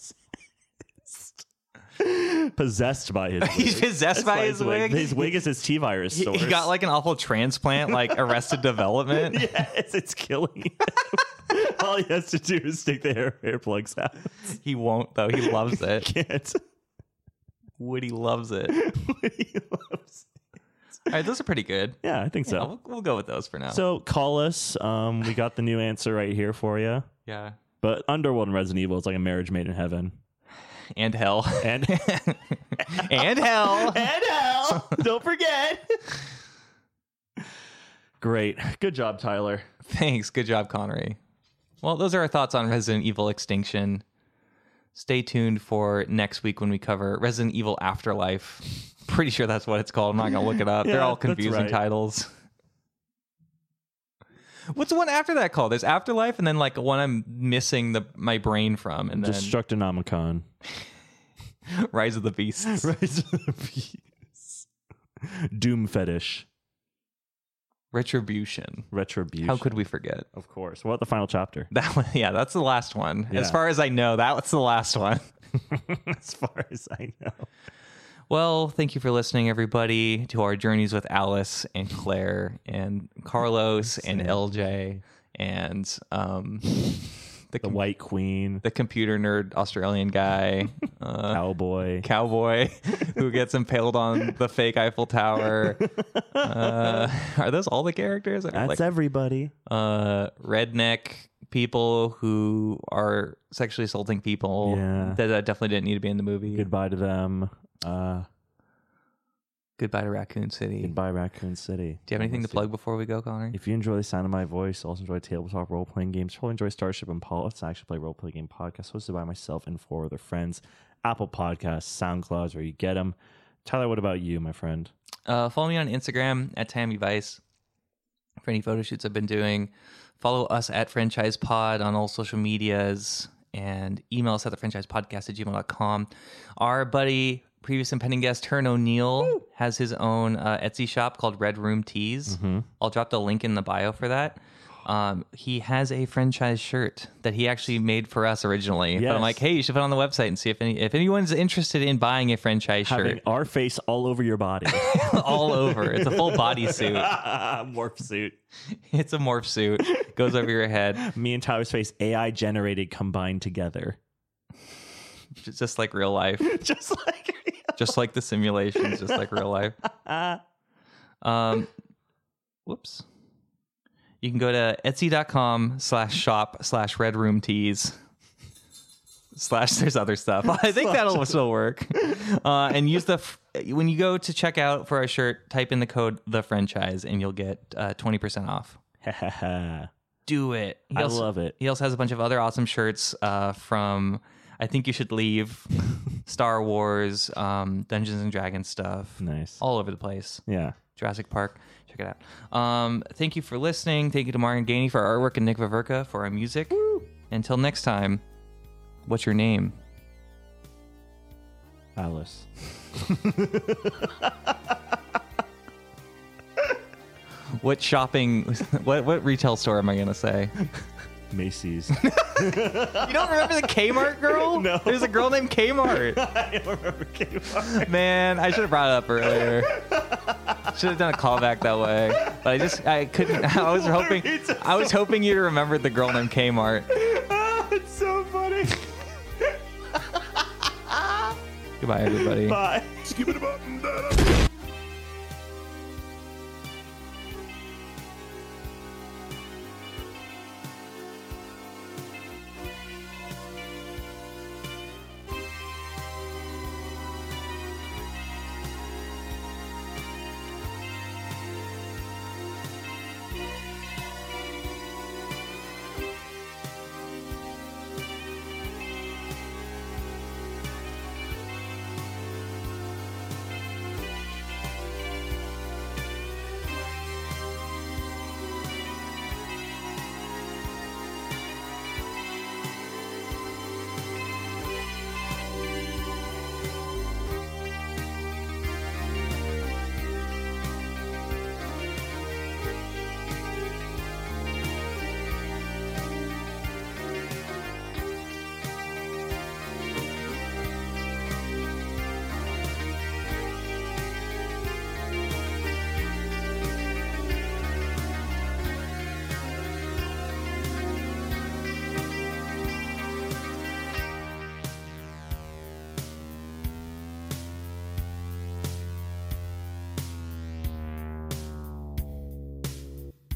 B: possessed by his.
A: He's
B: wig.
A: possessed
B: That's
A: by his wig.
B: His wig is his T virus.
A: He, he got like an awful transplant, like Arrested Development.
B: yes, it's killing. him. All he has to do is take the hair, hair plugs out.
A: He won't though. He loves it.
B: Can't.
A: Woody loves it.
B: He loves-
A: All right, those are pretty good.
B: Yeah, I think
A: Yeah,
B: so.
A: we'll, we'll go with those for now.
B: So call us. Um, we got the new answer right here for you.
A: yeah,
B: But Underworld and Resident Evil is like a marriage made in heaven.
A: and hell,
B: And
A: and hell.
B: and hell, don't forget. Great, good job, Tyler.
A: Thanks. Good job, Connery. Well, those are our thoughts on Resident Evil Extinction. Stay tuned for next week when we cover Resident Evil Afterlife. Pretty sure that's what it's called. I'm not going to look it up. They're
B: Yeah,
A: all
B: that's
A: confusing
B: right.
A: titles. What's the one after that called? There's Afterlife and then like one I'm missing the my brain from and then
B: Destructonomicon.
A: Rise of the Beasts.
B: Rise of the Beast. Doom fetish.
A: Retribution.
B: Retribution.
A: How could we forget?
B: Of course. What about the final chapter?
A: That one, yeah, that's the last one. As
B: Yeah.
A: far as I know, that's the last one.
B: as far as I know.
A: Well, thank you for listening, everybody, to our journeys with Alice and Claire and Carlos and LJ and um, the
B: The
A: com-
B: White Queen,
A: the computer nerd Australian guy, uh,
B: Cowboy.
A: cowboy who gets impaled on the fake Eiffel Tower. Uh, are those all the characters? I mean,
B: That's
A: like,
B: everybody.
A: uh, redneck people who are sexually assaulting people.
B: Yeah.
A: That, that definitely didn't need to be in the movie.
B: Goodbye to them. Uh,
A: Goodbye to Raccoon City.
B: goodbye, Raccoon City.
A: Do you have anything to plug before we go, Connor?
B: If you enjoy the sound of my voice, also enjoy tabletop role playing games, probably enjoy Starship and Paul. It's an actually play role playing game podcast hosted by myself and four other friends. Apple Podcasts, SoundClouds, where you get them. Tyler, what about you, my friend?
A: Uh, follow me on Instagram at Tammy Vice for any photo shoots I've been doing. Follow us at Franchise Pod on all social medias and email us at the franchise podcast at gmail.com. Our buddy, previous and pending guest, Turn O'Neill, has his own uh, Etsy shop called Red Room Tees. I'll drop the link in the bio for that. Um, he has a franchise shirt that he actually made for us originally. But I'm
B: Yes.
A: like, hey, you should put it on the website and see if any if anyone's interested in buying a franchise
B: Having
A: shirt
B: our face all over your body.
A: all over. It's a full bodysuit.
B: Morph suit.
A: It's a morph suit. Goes over your head,
B: Me and Tyler's face, AI generated combined together.
A: j- just like real life,
B: Just like
A: just like the simulations, just like real life. Um, whoops. You can go to etsy.com slash shop slash red room tees slash there's other stuff. I think that'll still work. Uh, and use the, f- when you go to check out for our shirt, type in the code the franchise and you'll get uh, 20% off.
B: I
A: Do it. He also-
B: love it.
A: He also has a bunch of other awesome shirts uh, from I Think You Should Leave, Star Wars, um, Dungeons and Dragons stuff,
B: Nice.
A: all over the place.
B: Yeah.
A: Jurassic Park. Check it out. Um, thank you for listening. Thank you to Marion Gainey for our artwork and Nick Viverka for our music. Until next time, what's your name?
B: Alice.
A: What shopping? What what retail store am I gonna say?
B: Macy's.
A: You don't remember the Kmart girl?
B: No.
A: There's a girl named Kmart.
B: I don't remember Kmart.
A: Man, I should have brought it up earlier. Should have done a callback that way. But I just I couldn't I was hoping I was hoping you remembered the girl named Kmart.
B: Ah, it's so funny.
A: Goodbye everybody.
B: Bye.